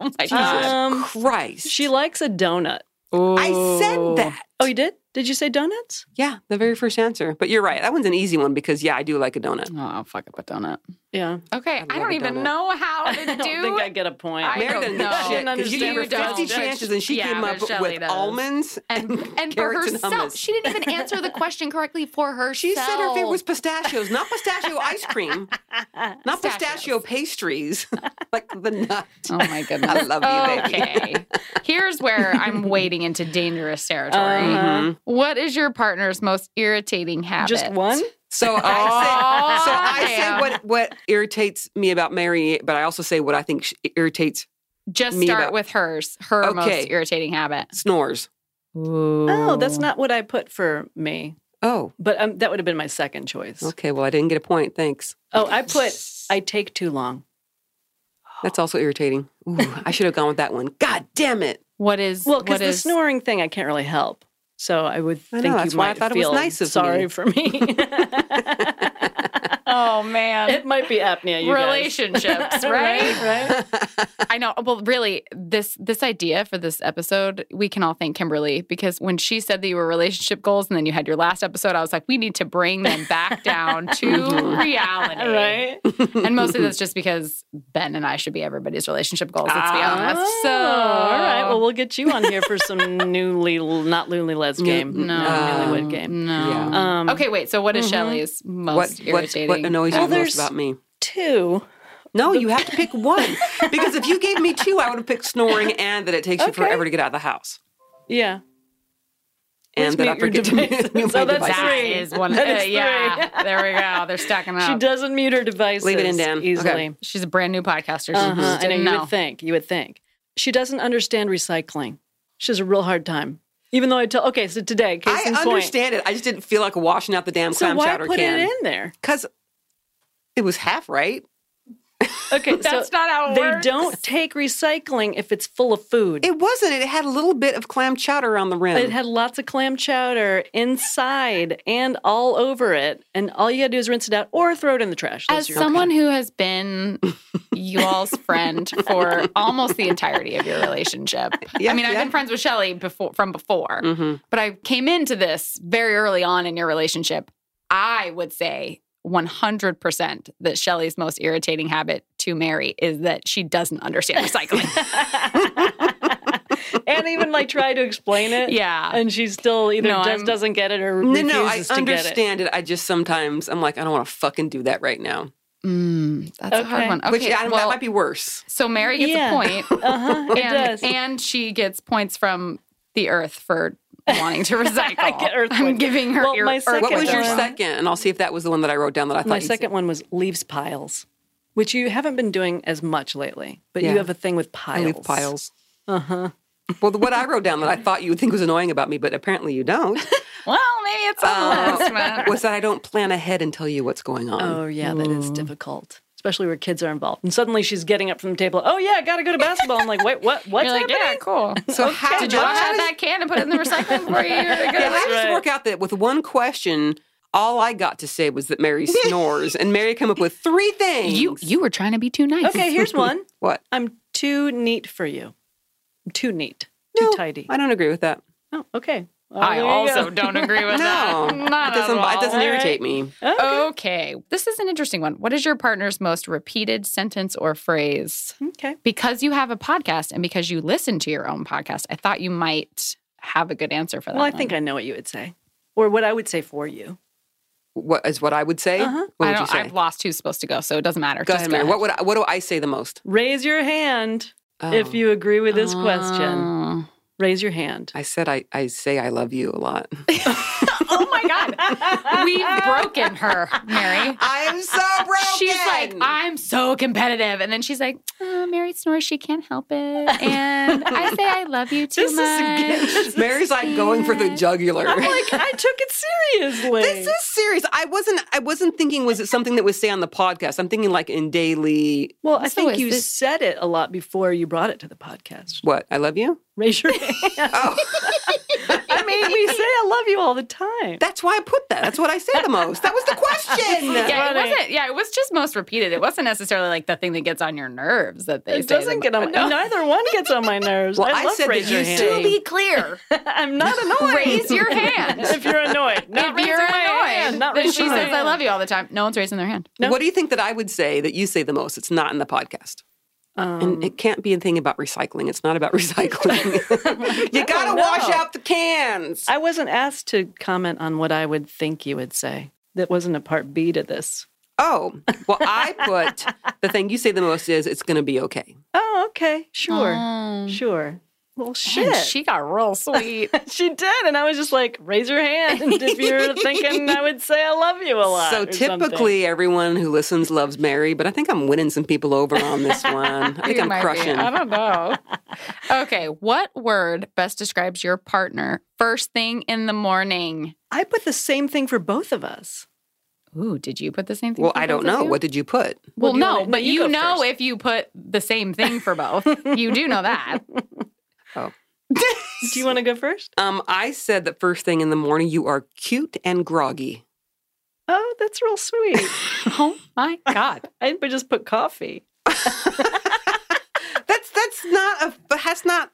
my Jesus God. Um, Christ. she likes a donut. I said that. Oh, you did? Did you say donuts? Yeah, the very first answer. But you're right. That one's an easy one because yeah, I do like a donut. Oh, I'll fuck up a donut. Yeah. I Okay, I, love don't a even donut. know how to I don't do think I get a point. I Mary doesn't don't know. shit I because you gave her understand fifty that. chances and she Yeah, came but up Shelley with does. almonds and and for carrots and herself, hummus. she didn't even answer the question correctly for herself. She said her favorite was pistachios, not pistachio ice cream, not Pistachios. pistachio pastries, like the nut. Oh my goodness! I love you, baby. Okay, here's where I'm wading into dangerous territory. Uh-huh. Mhm. What is your partner's most irritating habit? Just one? So I say, so I say damn. what what irritates me about Mary, but I also say what I think sh- irritates Just me start about- with hers, her Okay. most irritating habit. Snores. Oh, that's not what I put for me, Oh, but um, that would have been my second choice. okay. Well, I didn't get a point. Thanks. Oh, I put I take too long. That's also irritating. Ooh, I should have gone with that one. God damn it. What is Well, what because the is snoring thing, I can't really help. So I would I know, think you that's why I might thought it was feel nice of sorry me. for me. Oh man. it might be apnea. You guys. Relationships, right? right? Right? I know. Well, really, this this idea for this episode, we can all thank Kimberly because when she said that you were relationship goals, and then you had your last episode, I was like, we need to bring them back down to reality, Right? And mostly that's just because Ben and I should be everybody's relationship goals. Let's be Ah. honest. So, Oh, all right. Ah. Well, we'll get you on here for some newly not newly les New- game, no, not Um, newlywed game. No. Yeah. Um, okay, wait. So, what is mhm. Shelley's most What, what, irritating? what annoys you Well, most there's- about me? two. No, you have to pick one. because if you gave me two, I would have picked snoring and that it takes you Okay. forever to get out of the house. Yeah. Please And that I mute your forget to devices. mute So my that's devices. That Three. is one. That is uh, yeah, three. there we go. They're stacking up. She doesn't mute her devices Leave it in, Dan. Okay. Mm-hmm. easily. She's a brand new podcaster. She Uh-huh. just I know didn't you know. would think. You would think. She doesn't understand recycling. She has a real hard time. Even though I tell okay, so today, case in I understand it. I just didn't feel like washing out the damn point. So clam why chowder put can. it in there? Because it was half right. Okay, That's so not how it they works. don't take recycling if it's full of food. It wasn't. It had a little bit of clam chowder on the rim. It had lots of clam chowder inside and all over it, and all you gotta do is rinse it out or throw it in the trash. Those As are your- someone who has been you all's friend for almost the entirety of your relationship, Yeah, I mean, I've yeah. been friends with Shelly before from before, Mhm. but I came into this very early on in your relationship. I would say 100% that Shelly's most irritating habit to Mary is that she doesn't understand recycling. and even like try to explain it, yeah. and she still either No, just I'm- doesn't get it or No, refuses no, I to get it. understand it. I just sometimes I'm like, I don't want to fucking do that right now. Mm, that's a hard Okay. one. Okay, Which I, that well, might be worse. so Mary gets Yeah. a point. Uh huh. It and, does. and she gets points from the earth for wanting to recycle. I get earth I'm points. giving her Well, ear- my earth second What was your one. second? And I'll see if that was the one that I wrote down that I thought. My you second one was leaves piles, which you haven't been doing as much lately, but you Yeah. have a thing with said. I piles. leave piles. Uh-huh. Uh huh. Well, the- what I wrote down that I thought you would think was annoying about me, but apparently you don't, Well, maybe it's Oh. Uh, almost. but- was that I don't plan ahead and tell you what's going on. Oh yeah, that is difficult, especially where kids are involved. And suddenly she's getting up from the table. Oh yeah, I gotta go to basketball. I'm like, wait, what? What's You're like, happening? yeah, cool. So how Did you how wash out does- that can and put it in the recycling for you? Yeah, how That's did it right. work out that with one question, all I got to say was that Mary snores, and Mary came up with three things. You you were trying to be too nice. Okay, here's one. what? I'm too neat for you. I'm too neat. No, too tidy. I don't agree with that. oh, okay. Well, I there you also go. don't agree with No, that. Not it doesn't. at all. It doesn't All irritate me. Okay, this is an interesting one. What is your partner's most repeated sentence or phrase? Okay. because you have a podcast and because you listen to your own podcast, I thought you might have a good answer for that. Well, I think I know what you would say, or what I would say for you. What is what I would say? Uh-huh. What would I you don't, say? I've lost who's supposed to go, so it doesn't matter. go Just ahead, Mary. What would I, what do I say the most? Raise your hand Oh, if you agree with this question. Oh. Raise your hand. I said I, I say I love you a lot. Oh my God, we've broken her, Mary. I am so broken. She's like, I'm so competitive, and then she's like, oh, Mary snores, she can't help it, and I say I love you too This is much. Mary's like going for the jugular. I'm like, I took it seriously. This is serious. I wasn't. I wasn't thinking. Was it something that was say on the podcast? I'm thinking like in daily. well, I So think is you this- said it a lot before you brought it to the podcast. What? I love you. Raise your hand. Oh, I mean, we say I love you all the time. that's why I put that. That's what I say the most. That was the question. Yeah, it Funny. wasn't. Yeah, it was just most repeated. It wasn't necessarily like the thing that gets on your nerves that they It say the doesn't mo- get on. No. Neither one gets on my nerves. Well, I I love said that raise you your say- hand. To be clear, I'm not annoyed. raise your hand. if you're annoyed. Not if raising you're my annoyed hand. Not that raising she my says hand. I love you all the time, no one's raising their hand. No. What do you think that I would say that you say the most? It's not in the podcast. Um, And it can't be a thing about recycling. It's not about recycling. you gotta know. wash out the cans. I wasn't asked to comment on what I would think you would say. That wasn't a part B to this. Oh, well, I put the thing you say the most is it's gonna be okay. Oh, okay. Sure. Sure. Well, Um. And shit. she got real sweet. She did, and I was just like, raise your hand if you're thinking I would say I love you a lot. So or something. typically, everyone who listens loves Mary, but I think I'm winning some people over on this one. I think You I'm might be. crushing. I don't know. okay, what word best describes your partner first thing in the morning? I put the same thing for both of us. Ooh, did you put the same thing? Well, for I both don't of know. you? What did you put? Well, Well, do you no, wanna- no, but you you, go know first. if you put the same thing for both, you do know that. Do you want to go first? Um, I said that first thing in the morning, you are cute and groggy. Oh, that's real sweet. Oh my god. I would just put coffee. That's that's not a but that's not.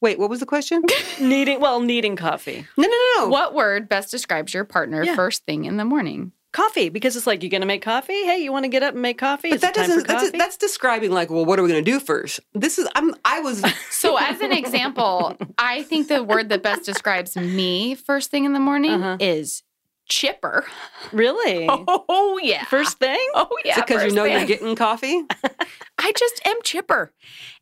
Wait, what was the question? Needing, well, needing coffee. No, no, no, no. What word best describes your partner Yeah. first thing in the morning? Coffee, because it's like, you going to make coffee? Hey, you want to get up and make coffee? But Is it that time for doesn't. That's, coffee? that's describing like, well, what are we going to do first? This is. I'm. I was. So as an example, I think the word that best describes me first thing in the morning Uh-huh. is chipper. really? Oh yeah. First thing? Oh yeah. because you first know thing. you're getting coffee. I just am chipper.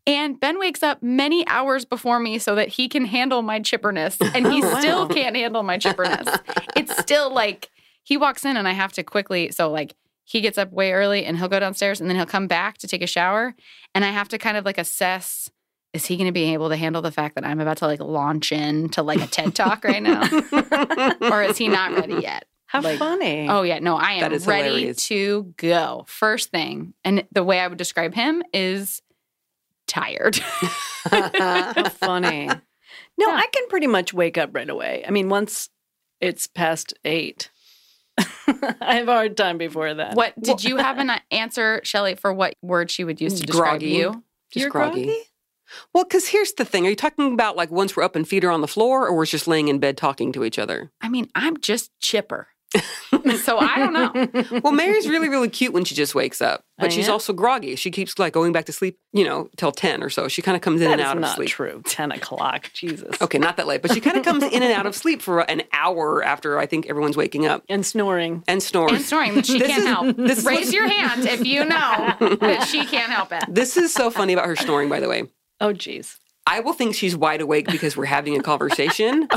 And Ben wakes up many hours before me so that he can handle my chipperness. And he Oh, wow. still can't handle my chipperness. It's still like he walks in and I have to quickly, so like he gets up way early and he'll go downstairs and then he'll come back to take a shower. And I have to kind of like assess is he going to be able to handle the fact that I'm about to like launch into like a TED talk right now? or is he not ready yet? How Like, funny. Oh yeah, no, I am That is ready hilarious. to go. First thing, and the way I would describe him is tired. How funny. No, Yeah. I can pretty much wake up right away. I mean, once it's past eight, I have a hard time before that. what did you have an uh, answer, Shelley, for what word she would use to describe Groggy. you? Just You're groggy? Well, because here's the thing: Are you talking about like once we're up and feet are on the floor, or we're just laying in bed talking to each other? I mean, I'm just chipper, so I don't know. Well, Mary's really, really cute when she just wakes up, but I she's am. also groggy. She keeps like going back to sleep, you know, till ten or so. She kind of comes in That and is out of not sleep. true. Ten o'clock. Jesus. Okay, not that late, but she kind of comes in and out of sleep for an hour after I think everyone's waking up And snoring. and snores. And snoring that she This can't is- help. this is Raise what- your hand if you know that she can't help it. This is so funny about her snoring, by the way. Oh, geez. I will think she's wide awake because we're having a conversation.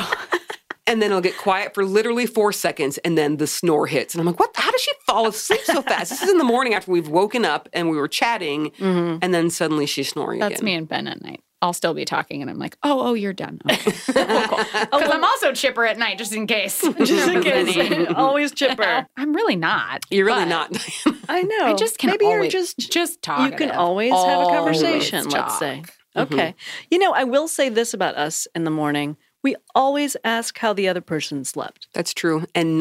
And then it'll get quiet for literally four seconds, and then the snore hits. And I'm like, what? How does she fall asleep so fast? This is in the morning after we've woken up and we were chatting, and then suddenly she's snoring Mm-hmm. That's again. me and Ben at night. I'll still be talking, and I'm like, "Oh, oh, you're done." Okay, because Oh, I'm also chipper at night, just in case. Just in case. Always chipper. I'm really not. You're really but not. I know. I just can Oh, Maybe always- you're just Just talk. you can always have a conversation, let's say. Okay. You know, I will say this about us in the morning. We always ask how the other person slept. That's true. And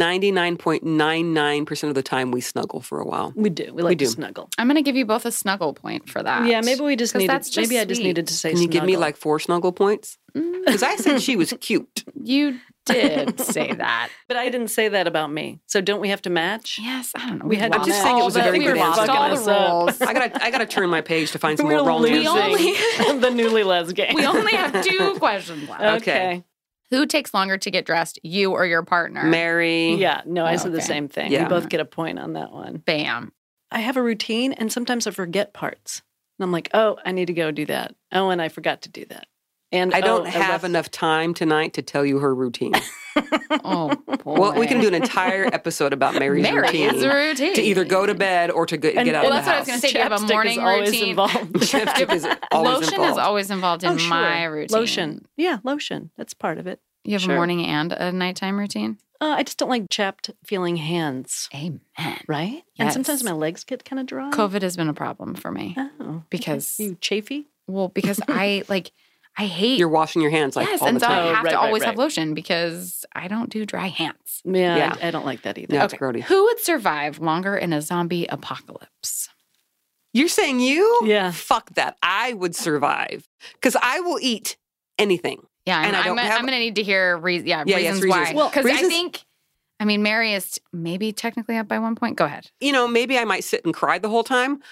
99.99% of the time, we snuggle for a while. We do. We like to do. snuggle. I'm going to give you both a snuggle point for that. Yeah, maybe we just 'Cause needed that's just maybe I just sweet. needed to say Can you give me snuggle. like four snuggle points? Mm. Because I said she was cute. you did say that. But I didn't say that about me. So don't we have to match? Yes, I don't know. We We've had- I'm lost just saying it all was a the- very we good lost answer. all Fucking us up. the rules. I gotta, I gotta turn my page to find some We're more wrong losing We answers. only- the newlyweds game. we only have two questions Uh, left. okay. Who takes longer to get dressed, you or your partner? Mary. Yeah. No, I said the Okay. same thing. Yeah. We both get a point on that one. Bam. I have a routine and sometimes I forget parts. And I'm like, oh, I need to go do that. Oh, and I forgot to do that. And I oh, don't left- have enough time tonight to tell you her routine. Oh, boy. well, we can do an entire episode about Mary's routine. Mary's routine. To either go to bed or to go, And- get out well, of that's the what I house. was gonna say. Do you have a Chapstick morning is always routine? involved. Chapstick is always Lotion involved. is always involved in Oh, sure. my routine. Lotion. Yeah, lotion. That's part of it. You have Sure. a morning and a nighttime routine? Uh, I just don't like chapped feeling hands, Amen. right? And Yes. sometimes my legs get kind of dry. COVID has been a problem for me. Oh. Because- You chafy? Well, because I like I hate You're washing your hands like yes, all and the so I time. Oh, have right, to right, always have right. lotion because I don't do dry hands. Yeah, Yeah. I, I don't like that either. Yeah, it's grody. Who would survive longer in a zombie apocalypse? You're saying you? Yeah. Fuck that. I would survive because I will eat anything. Yeah, I'm, And I I'm, don't gonna, have- I'm gonna need to hear re- yeah, Yeah, yes, reasons why. reasons. Well, Because I reasons- think I mean Mary is maybe technically up by one point. Go ahead. You know, maybe I might sit and cry the whole time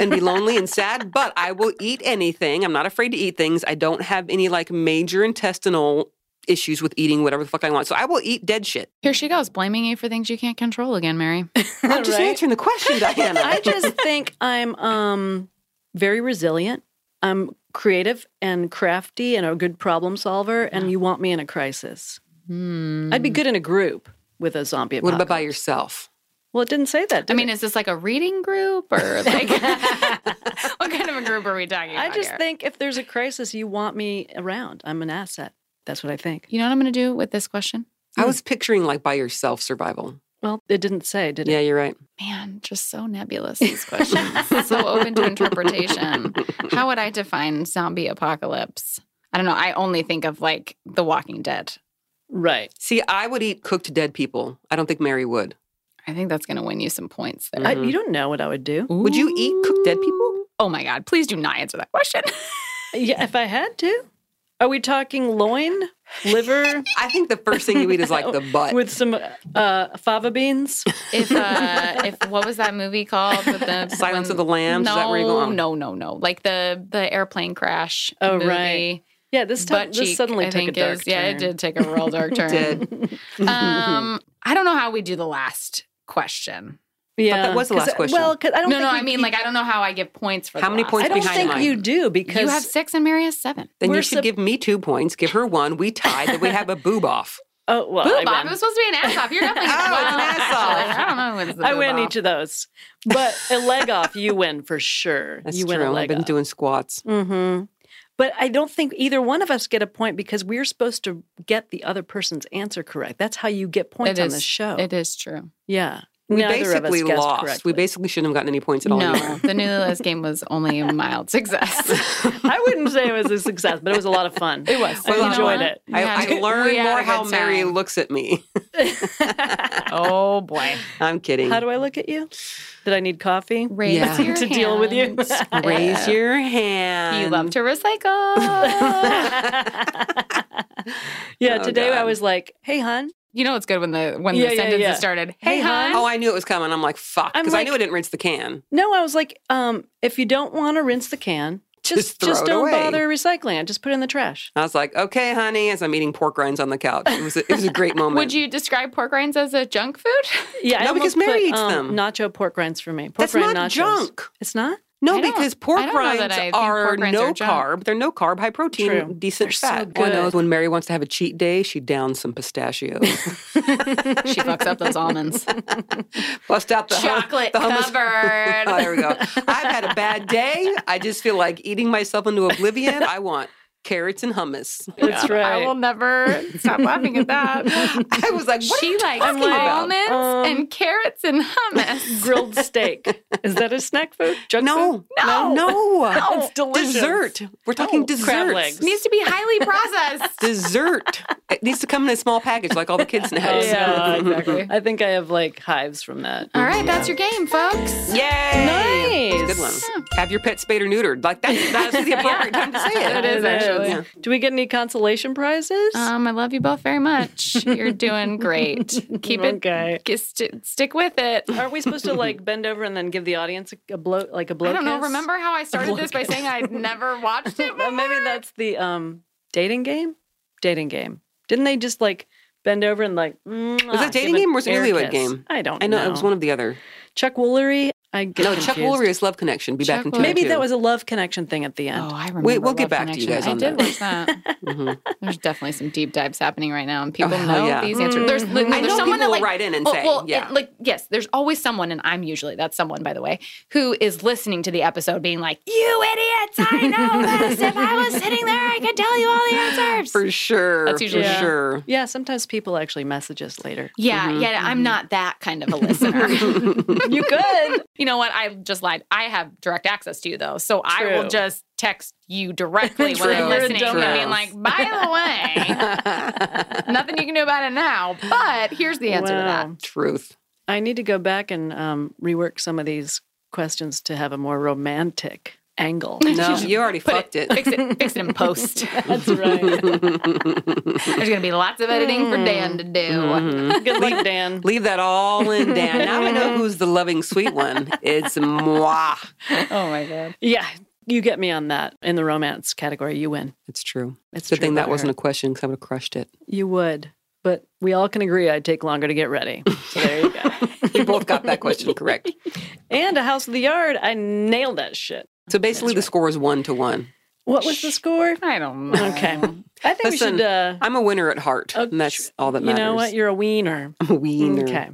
and be lonely and sad, but I will eat anything. I'm not afraid to eat things. I don't have any like major intestinal issues with eating whatever the fuck I want. So I will eat dead shit. Here she goes, blaming you for things you can't control again, Mary. I'm just Right? answering the question, Diana. I just think I'm um, very resilient. I'm creative and crafty and a good problem solver, and you want me in a crisis. Hmm. I'd be good in a group with a zombie Mm. What about apocalypse. by yourself? Well, it didn't say that. I did mean, it? is this like a reading group or like what kind of a group are we talking I about just here? think if there's a crisis, you want me around. I'm an asset. That's what I think. you know what I'm going to do with this question? I Hmm. was picturing like by yourself survival. Well, it didn't say, did it? Yeah, you're right. Man, just so nebulous these questions, so open to interpretation. How would I define zombie apocalypse? I don't know. I only think of like The Walking Dead. Right. See, I would eat cooked dead people. I don't think Mary would. I think that's going to win you some points there. I, Mhm. you don't know what I would do. Would you eat cooked dead people? Oh my God! Please do not answer that question. Yeah, if I had to. Are we talking loin, liver I think the first thing you eat is like the butt. with some uh, fava beans? if uh, if what was that movie called with the Silence when- of the Lambs. No, is that where you go? Oh, on? no, no, no. Like the the airplane crash. Oh, movie. right. Yeah, this time Butt this cheek, suddenly I took a think dark is- Yeah, it turn. did take a real dark turn. Did. Um, I don't know how we do the last question. Yeah, that was the 'cause- last question. Well, 'cause I don't. No, think no, we- I mean, like, I don't know how I give points for How the many last I points don't behind think mine. you do question. because You have six and Mary has seven. Then We're you should sup- give me two points, give her one. We tie, then we have a boob off. Oh well, I Boob off. It win. was supposed to be an ass off. You're definitely. Oh, well, it's an ass actually, off. I don't know what's the I boob win off. each of those, but a leg off, you win for sure. That's you win true. a I've leg been off. doing squats. hmm But I don't think either one of us get a point because we're supposed to get the other person's answer correct. That's how you get points It on is- the show. It is true. yeah. We Neither of us basically guessed lost. correctly. We basically shouldn't have gotten any points at all. No, anyway. the new last game was only a mild success. I wouldn't say it was a success, but it was a lot of fun. It was. I Well, enjoyed you it. know what? We had a I, I good- learned we had more a how good Mary time. looks at me. Oh boy. I'm kidding. How do I look at you? Did I need coffee? Raise Yeah. your To deal with you. hand. Raise Yeah. your hand. You love to recycle. yeah, Oh, today I God. was like, hey, hun, you know what's good when the when Yeah, the yeah, sentences yeah. started. Hey, Hey, hon. hon. Oh, I knew it was coming. I'm like, fuck. I'm Because I knew like- I didn't rinse the can. No, I was like, um, if you don't want to rinse the can, just Just throw just it don't away. bother recycling it. Just put it in the trash. I was like, okay, honey, as I'm eating pork rinds on the couch. It was a, it was a great moment. Would you describe pork rinds as a junk food? Yeah, I No, because almost Mary put, eats um, them. Nacho pork rinds for me. Pork That's rind not nachos. junk. It's not. No, I don't- because I pork don't know that rinds I think are pork rinds no are junk. carb. They're no carb, high protein, True. decent so fat. good. One knows when Mary wants to have a cheat day, she downs some pistachios. she fucks up those almonds. Bust out the hum- Chocolate the hummus- covered. oh, there we go. I've had a bad day. I just feel like eating myself into oblivion. I want carrots and hummus. That's right. I will never stop laughing at that. I was like, what? she likes talking about? almonds Um, and carrots and hummus. Grilled steak. Is that a snack food? Junk no, food? no, no. It's delicious. Dessert. We're talking Oh, crab dessert. legs. needs to be highly processed. Dessert. It needs to come in a small package like all the kids' snacks. Yeah, exactly. I think I have like hives from that. All right, that's your game, folks. Yay! That was a Good Nice. one. Have your pet spayed or neutered. Like that's that's the appropriate time to say it. It is, actually. Yeah. Do we get any consolation prizes? Um, I love you both very much. You're doing great. Keep it. Okay. g- st- stick with it. Aren't we supposed to like bend over and then give the audience a, a blow, like a blow? I don't know. kiss? Remember how I started this by saying I'd never watched it? Well, maybe that's the um dating game. Dating game. Didn't they just like bend over and like? Was it dating game or was it newlywed game? I don't. I know it was one of the other. Chuck Woolery. I get no, confused. Chuck Woolery is Love Connection. Be back Chuck in two. Woolery. Maybe that was a love connection thing at the end. Oh, I remember. Wait, we'll get Love back to you Connection. guys on I did that. watch that. Mhm. There's definitely some deep dives happening right now, and people Oh, know yeah. these answers. There's, there's I know people someone that like will write in and Well, say, well, yeah. it- like yes, there's always someone, and I'm usually that someone, by the way, who is listening to the episode, being like, "You idiots! I know this. if I was sitting there, I could tell you all the answers." for sure. That's usually- for Yeah. sure. Yeah, sometimes people actually message us later. yeah, yeah, Mm-hmm. I'm not that kind of a listener. you could. You know what? I just lied. I have direct access to you though, so I True. will just text you directly when True. I'm You're a listening and dumbass. being like, "By the way, nothing you can do about it now, but here's the answer to Wow. Truth. I need to go back and um, rework some of these questions to have a more romantic angle. No, you already Put fucked it. that. Fix it. Fix it in post. That's right. There's gonna be lots of editing for Dan to do. Mm-hmm. Good luck, Dan. Mm-hmm. Leave that all in, Dan. Now I know who's the loving sweet one. It's moi. Oh my god. Yeah, you get me on that in the romance category. You win. It's true. It's Good true thing that about wasn't her. a question because I would have crushed it. You would, but we all can agree I'd take longer to get ready. So there you go. You both got that question correct. and a house of the yard. I nailed that shit. So basically, the score Um, is one to one. What was the score? I don't know. Okay. I think Listen, we should. Uh, I'm a winner at heart, Oh, and that's all that you matters. know what? You're a wiener. I'm a wiener. Okay.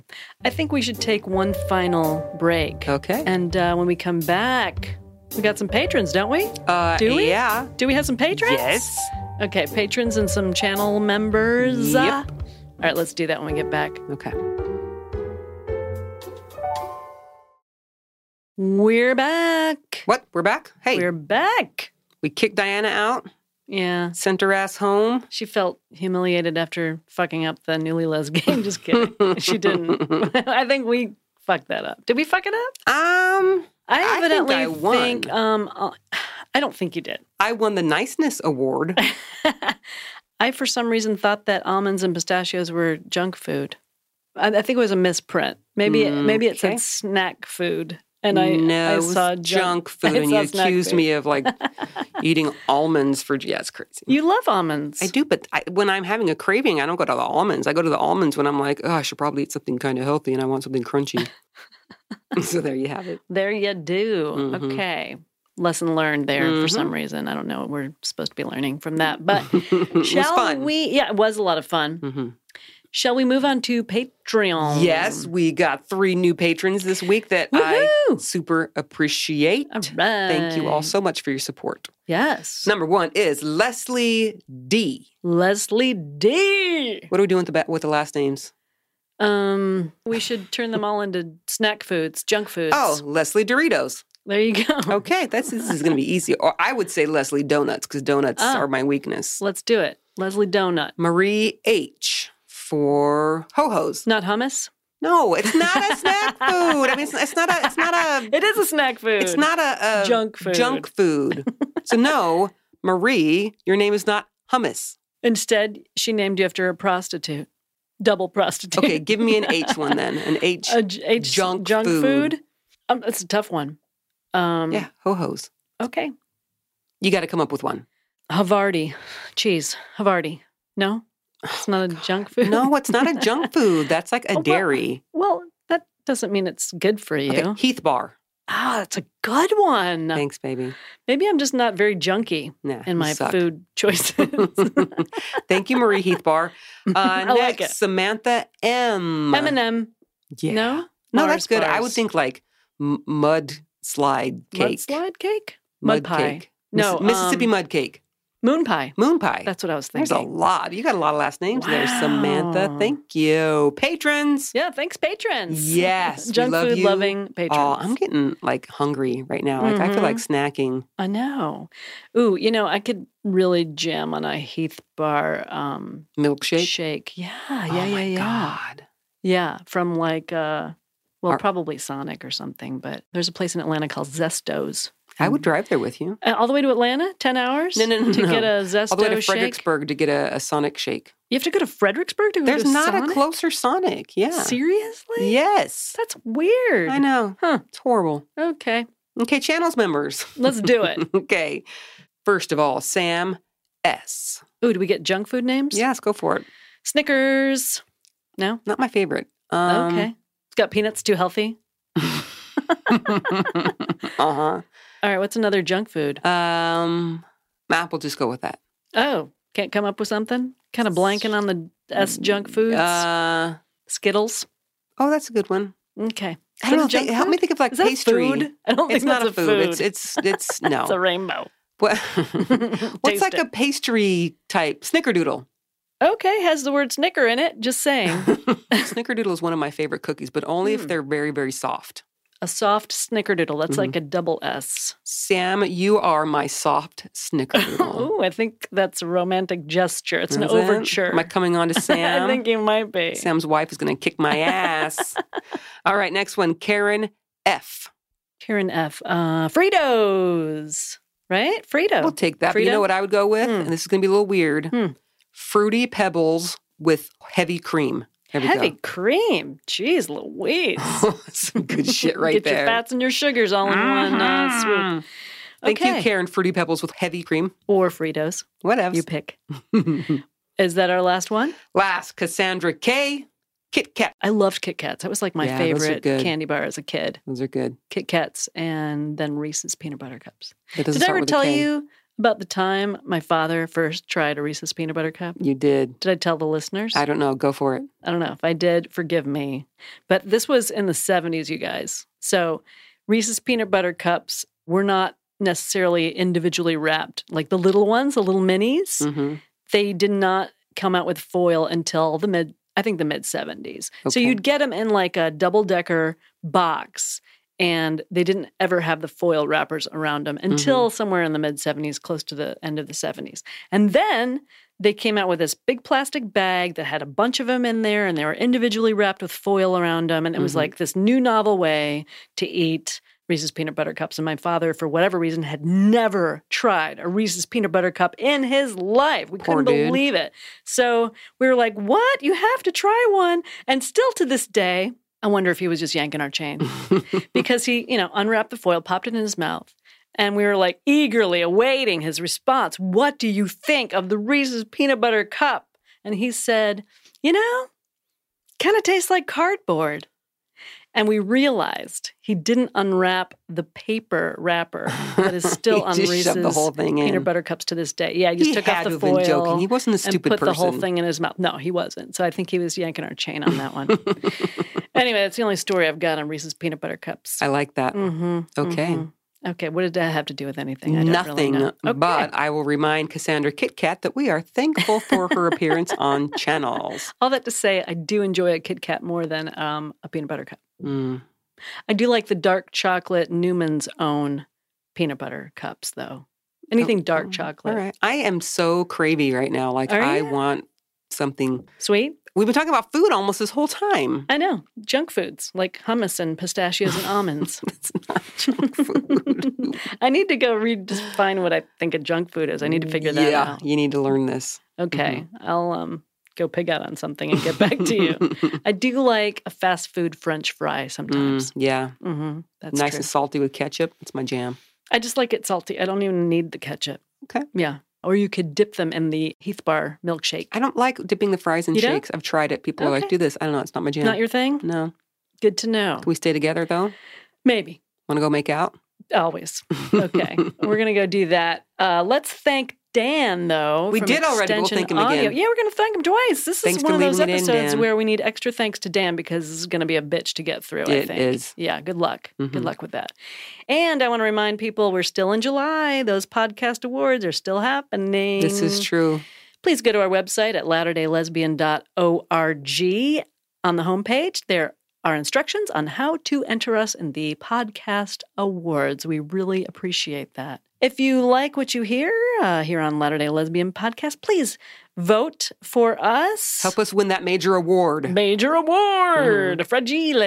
I think we should take one final break. Okay. And uh, when we come back, we got some patrons, don't we? Uh, Do we? Yeah. Do we have some patrons? Yes. Okay, patrons and some channel members. Yep. All right, let's do that when we get back. Okay. We're back. What? We're back? Hey, We're back. we kicked Diana out, Yeah. sent her ass home. She felt humiliated after fucking up the newly les game. Just kidding. she didn't. I think we fucked that up. Did we fuck it up? Um, I I think evidently I won. think, um I'll- I don't think you did. I won the niceness award. I for some reason thought that almonds and pistachios were junk food. I, I think it was a misprint. Maybe it, maybe it Mm, okay. said snack food, and I no, I it was saw junk, junk, food, I and saw you snack accused food. me of like eating almonds for. Yeah, it's crazy. You love almonds. I do, but I, when I'm having a craving, I don't go to the almonds. I go to the almonds when I'm like, oh, I should probably eat something kind of healthy, and I want something crunchy. so there you have it. There you do. Mhm. Okay. Lesson learned there for Mhm. some reason. I don't know what we're supposed to be learning from that, but it was shall fun. we? Yeah, it was a lot of fun. Mhm. Shall we move on to Patreon? Yes, we got three new patrons this week that I Um, Woohoo! Oh, super appreciate. All right. Thank you all so much for your support. Yes. Number one is Leslie D. Leslie D. What are we doing with the, ba- with the last names? Um, we should turn them all into snack foods, junk foods. Oh, Leslie Doritos. there you go. Okay, that's this is going to be easy. Or I would say Leslie Donuts because donuts Oh. are my weakness. Let's do it. Leslie Donut, Marie H. for ho hos. not hummus. No, it's not a snack food. I mean, it's, it's not a. It's not a. It is a snack food. It's not a, a Junk food. Junk food. so no, Marie, your name is not hummus. Instead, she named you after a prostitute, double prostitute. Okay, give me an H one then. An H. a j- H- Junk junk food. food. Um, that's a tough one. Um, yeah, ho hos. Okay. You got to come up with one. Havarti cheese. Havarti. No, it's not a junk food. No, it's not a junk food. That's like a Oh, well, dairy. Well, that doesn't mean it's good for you. Okay, Heath Bar. Ah, that's a good one. Thanks, baby. Nah, Maybe I'm just not very junky you in my suck. food choices. Thank you, Marie Heath Bar. Uh, I next, like it. Samantha M. Eminem. Yeah. No? No, Mars that's good. I would bars. think like m- mud slide cake. Mudslide cake? Mud Mud pie. cake. No, Missi- Mississippi um, mud cake. Moon pie. Moon pie. That's what I was There's thinking. a lot. You got a lot of last names there, Samantha. Wow. Thank you. Patrons. Yeah, thanks, patrons. Yes, we Junk love food you loving patrons. Mm-hmm. Oh, I'm getting like hungry right now. Like I feel like snacking. I know. Ooh, you know, I could really jam on a Heath Bar um, Milkshake. shake. Yeah, yeah, oh yeah, my yeah. God. Yeah, from like, uh, well, Are- probably Sonic or something, but there's a place in Atlanta called Zesto's. I would drive there with you. Uh, all the way to Atlanta? 10 hours? No, no, no, To no. get a Zesto All the way to shake? Fredericksburg to get a, a Sonic shake. You have to go to Fredericksburg to go There's to not a Sonic? closer Sonic. Yeah. Seriously? Yes. That's weird. I know. Huh. It's horrible. Okay, Okay, channels members. let's do it. okay. First of all, Sam S. Ooh, do we get junk food names? Yes, go for it. Snickers. No? Not my favorite. Um, okay. It's got peanuts, too healthy. Uh-huh. uh All right, what's another junk food? huh. Um, Apple, just go with that. Oh, can't come up with something? Kind of blanking on the S junk foods. Mm, Uh, Skittles. oh, that's a good one. Okay. I Is don't that a know. junk Think, help food? me think of like Is that pastry. a food? I don't think It's not a that's food. It's it's it's no. It's a rainbow. What- What's Taste like it. a pastry type? Snickerdoodle. Okay, has the word snicker in it. Just saying. Snickerdoodle is one of my favorite cookies, but only Hmm. if they're very very soft. a soft snickerdoodle. That's like a Mm-hmm. double S. Sam, you are my soft snickerdoodle. Ooh, I think that's a romantic gesture. It's an Is it? overture. Am I coming on to Sam? I think you might be. Sam's wife is going to kick my ass. All right, next one, Karen F. Karen F. Uh, Fritos, right? Frito. We'll take that. But you Frito? know what I would go with? Oh, Hmm. And this is going to be a little weird. Hmm. Fruity pebbles with heavy cream. There we Heavy go. cream. Jeez Louise. Some good shit right Get there. Mm-hmm. your fats and your sugars all in one uh, Hmm. swoop. Thank okay. you, Karen. Fruity pebbles with heavy cream. Or Fritos. Whatever. You pick. Is that our last one? Last, Cassandra K. Kit Kat. I loved Kit Kats. That was like my Yeah, those are favorite good. candy bar as a kid. Those are good. Kit Kats and then Reese's peanut butter cups. That doesn't Did I start ever with a tell K. you about the time my father first tried a Reese's peanut butter cup? You did. Did I tell the listeners? I don't know. Go for it. I don't know. If I did, forgive me. But this was in the 70s, you guys. So Reese's peanut butter cups were not necessarily individually wrapped. Like the little ones, the little minis, hmm they did not come out with foil until the mid, I think the mid 70s. So Okay. you'd get them in like a double decker box. And they didn't ever have the foil wrappers around them until somewhere in the mid 70s, close to the end of the 70s. And then they came out with this big plastic bag that had a bunch of them in there and they were individually wrapped with foil around them. And it was Mhm. like this new novel way to eat Reese's peanut butter cups. And my father, for whatever reason, had never tried a Reese's peanut butter cup in his life. We Poor couldn't dude. believe it. So we were like, what? You have to try one. And still to this day, I wonder if he was just yanking our chain because he, you know, unwrapped the foil, popped it in his mouth, and we were like eagerly awaiting his response. What do you think of the Reese's peanut butter cup? And he said, you know, kind of tastes like cardboard. And we realized he didn't unwrap the paper wrapper that is still on he just Reese's shoved the whole thing in. peanut butter cups to this day. Yeah, he just he took had off the to have foil been joking. He wasn't a and stupid put person. the whole thing in his mouth. No, he wasn't. So I think he was yanking our chain on that one. anyway, that's the only story I've got on Reese's peanut butter cups. I like that. hmm Okay. mm-hmm. Okay. What did that have to do with anything? I don't really Nothing, uh, know. Okay. but I will remind Cassandra Kit Kat that we are thankful for her appearance on channels. all that to say, I do enjoy a Kit Kat more than um, a peanut butter cup. Mm. I do like the dark chocolate Newman's Own peanut butter cups, though. Anything dark chocolate, All right. mm, I am so cravey right now. Like, Are I ya? want something. sweet. We've been talking about food almost this whole time. I know junk foods like hummus and pistachios and almonds. That's not junk food. I need to go redefine what I think a junk food is. I need to figure that yeah, Mm-hmm. out. you need to learn this. Okay, I'll um go pig out on something and get back to you. Mm, I do like a fast food French fry sometimes. Mm, yeah, hmm That's nice true. and salty with ketchup. It's my jam. I just like it salty. I don't even need the ketchup. Okay. Yeah. Or you could dip them in the Heath Bar milkshake. I don't like dipping the fries in You don't? shakes. I've tried it. People are like, Okay. do this. I don't know. It's not my jam. Not your thing? no. Good to know. Can Mm. we stay together though? Maybe. Want to go make out? Always. Okay. we're going to go do that. Uh, let's thank Dan, though. We from did already, but we'll Extension thank him Audio. again. Yeah, we're going to thank him twice. This Thanks is for one of those leaving it in, episodes Dan. where we need extra thanks to Dan because this is going to be a bitch to get through, I It think. is. Yeah, good luck. Good Mhm. luck with that. And I want to remind people we're still in July. Those podcast awards are still happening. This is true. please go to our website at latterdaylesbian.org. On the homepage, there are instructions on how to enter us in the podcast awards. We really appreciate that. If you like what you hear uh, here on Latter Day Lesbian Podcast, please vote for us. Help us win that major award. Major award, Mm-hmm. fragile.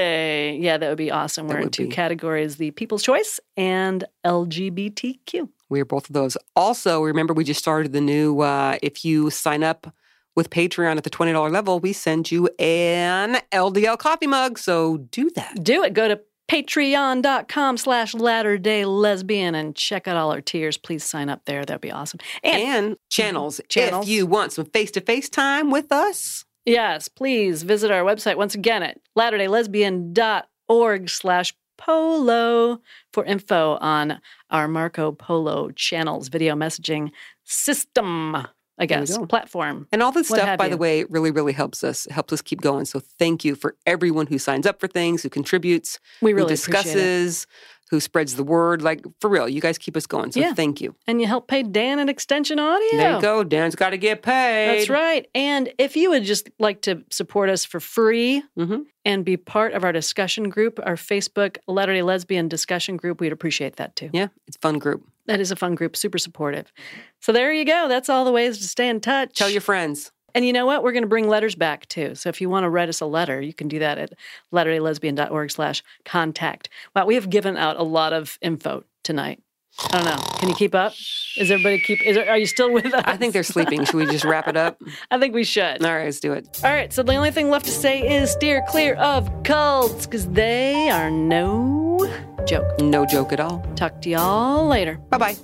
Yeah, that would be awesome. That We're in would two be. categories: the People's Choice and LGBTQ. We are both of those. Also, remember we just started the new. Uh, if you sign up with Patreon at the twenty dollar level, we send you an LDL coffee mug. So do that. Do it. Go to patreon.com slash latter day lesbian and check out all our tiers. Please sign up there. That'd be awesome. And, And channels, Mm-hmm. Channels. If you want some face to face time with us, yes, please visit our website once again at latterdaylesbian.org slash polo for info on our Marco Polo channels, video messaging system, I There you guess, go. platform. and all this What stuff, have by you. the way, really really helps us. Helps us keep going. So thank you for everyone who signs up for things, who contributes, We really who appreciate it. discusses, who spreads the word. Like for real, you guys keep us going. So Yeah. thank you. And you help pay Dan an extension audio. There you go. Dan's got to get paid. That's right. And if you would just like to support us for free Mhm. and be part of our discussion group, our Facebook Latter day Lesbian discussion group, we'd appreciate that too. Yeah, it's a fun group. That is a fun group, super supportive. So there you go. That's all the ways to stay in touch. Tell your friends. and you know what? We're going to bring letters back too. So if you want to write us a letter, you can do that at latterdaylesbian.org slash contact. Wow, we have given out a lot of info tonight. I don't know. Can you keep up? Is everybody keep? Is, are you still with us? I think they're sleeping. Should we just wrap it up? I think we should. All right, let's do it. All right, so the only thing left to say is steer clear of cults because they are no joke. No joke at all. Talk to y'all later. Bye bye.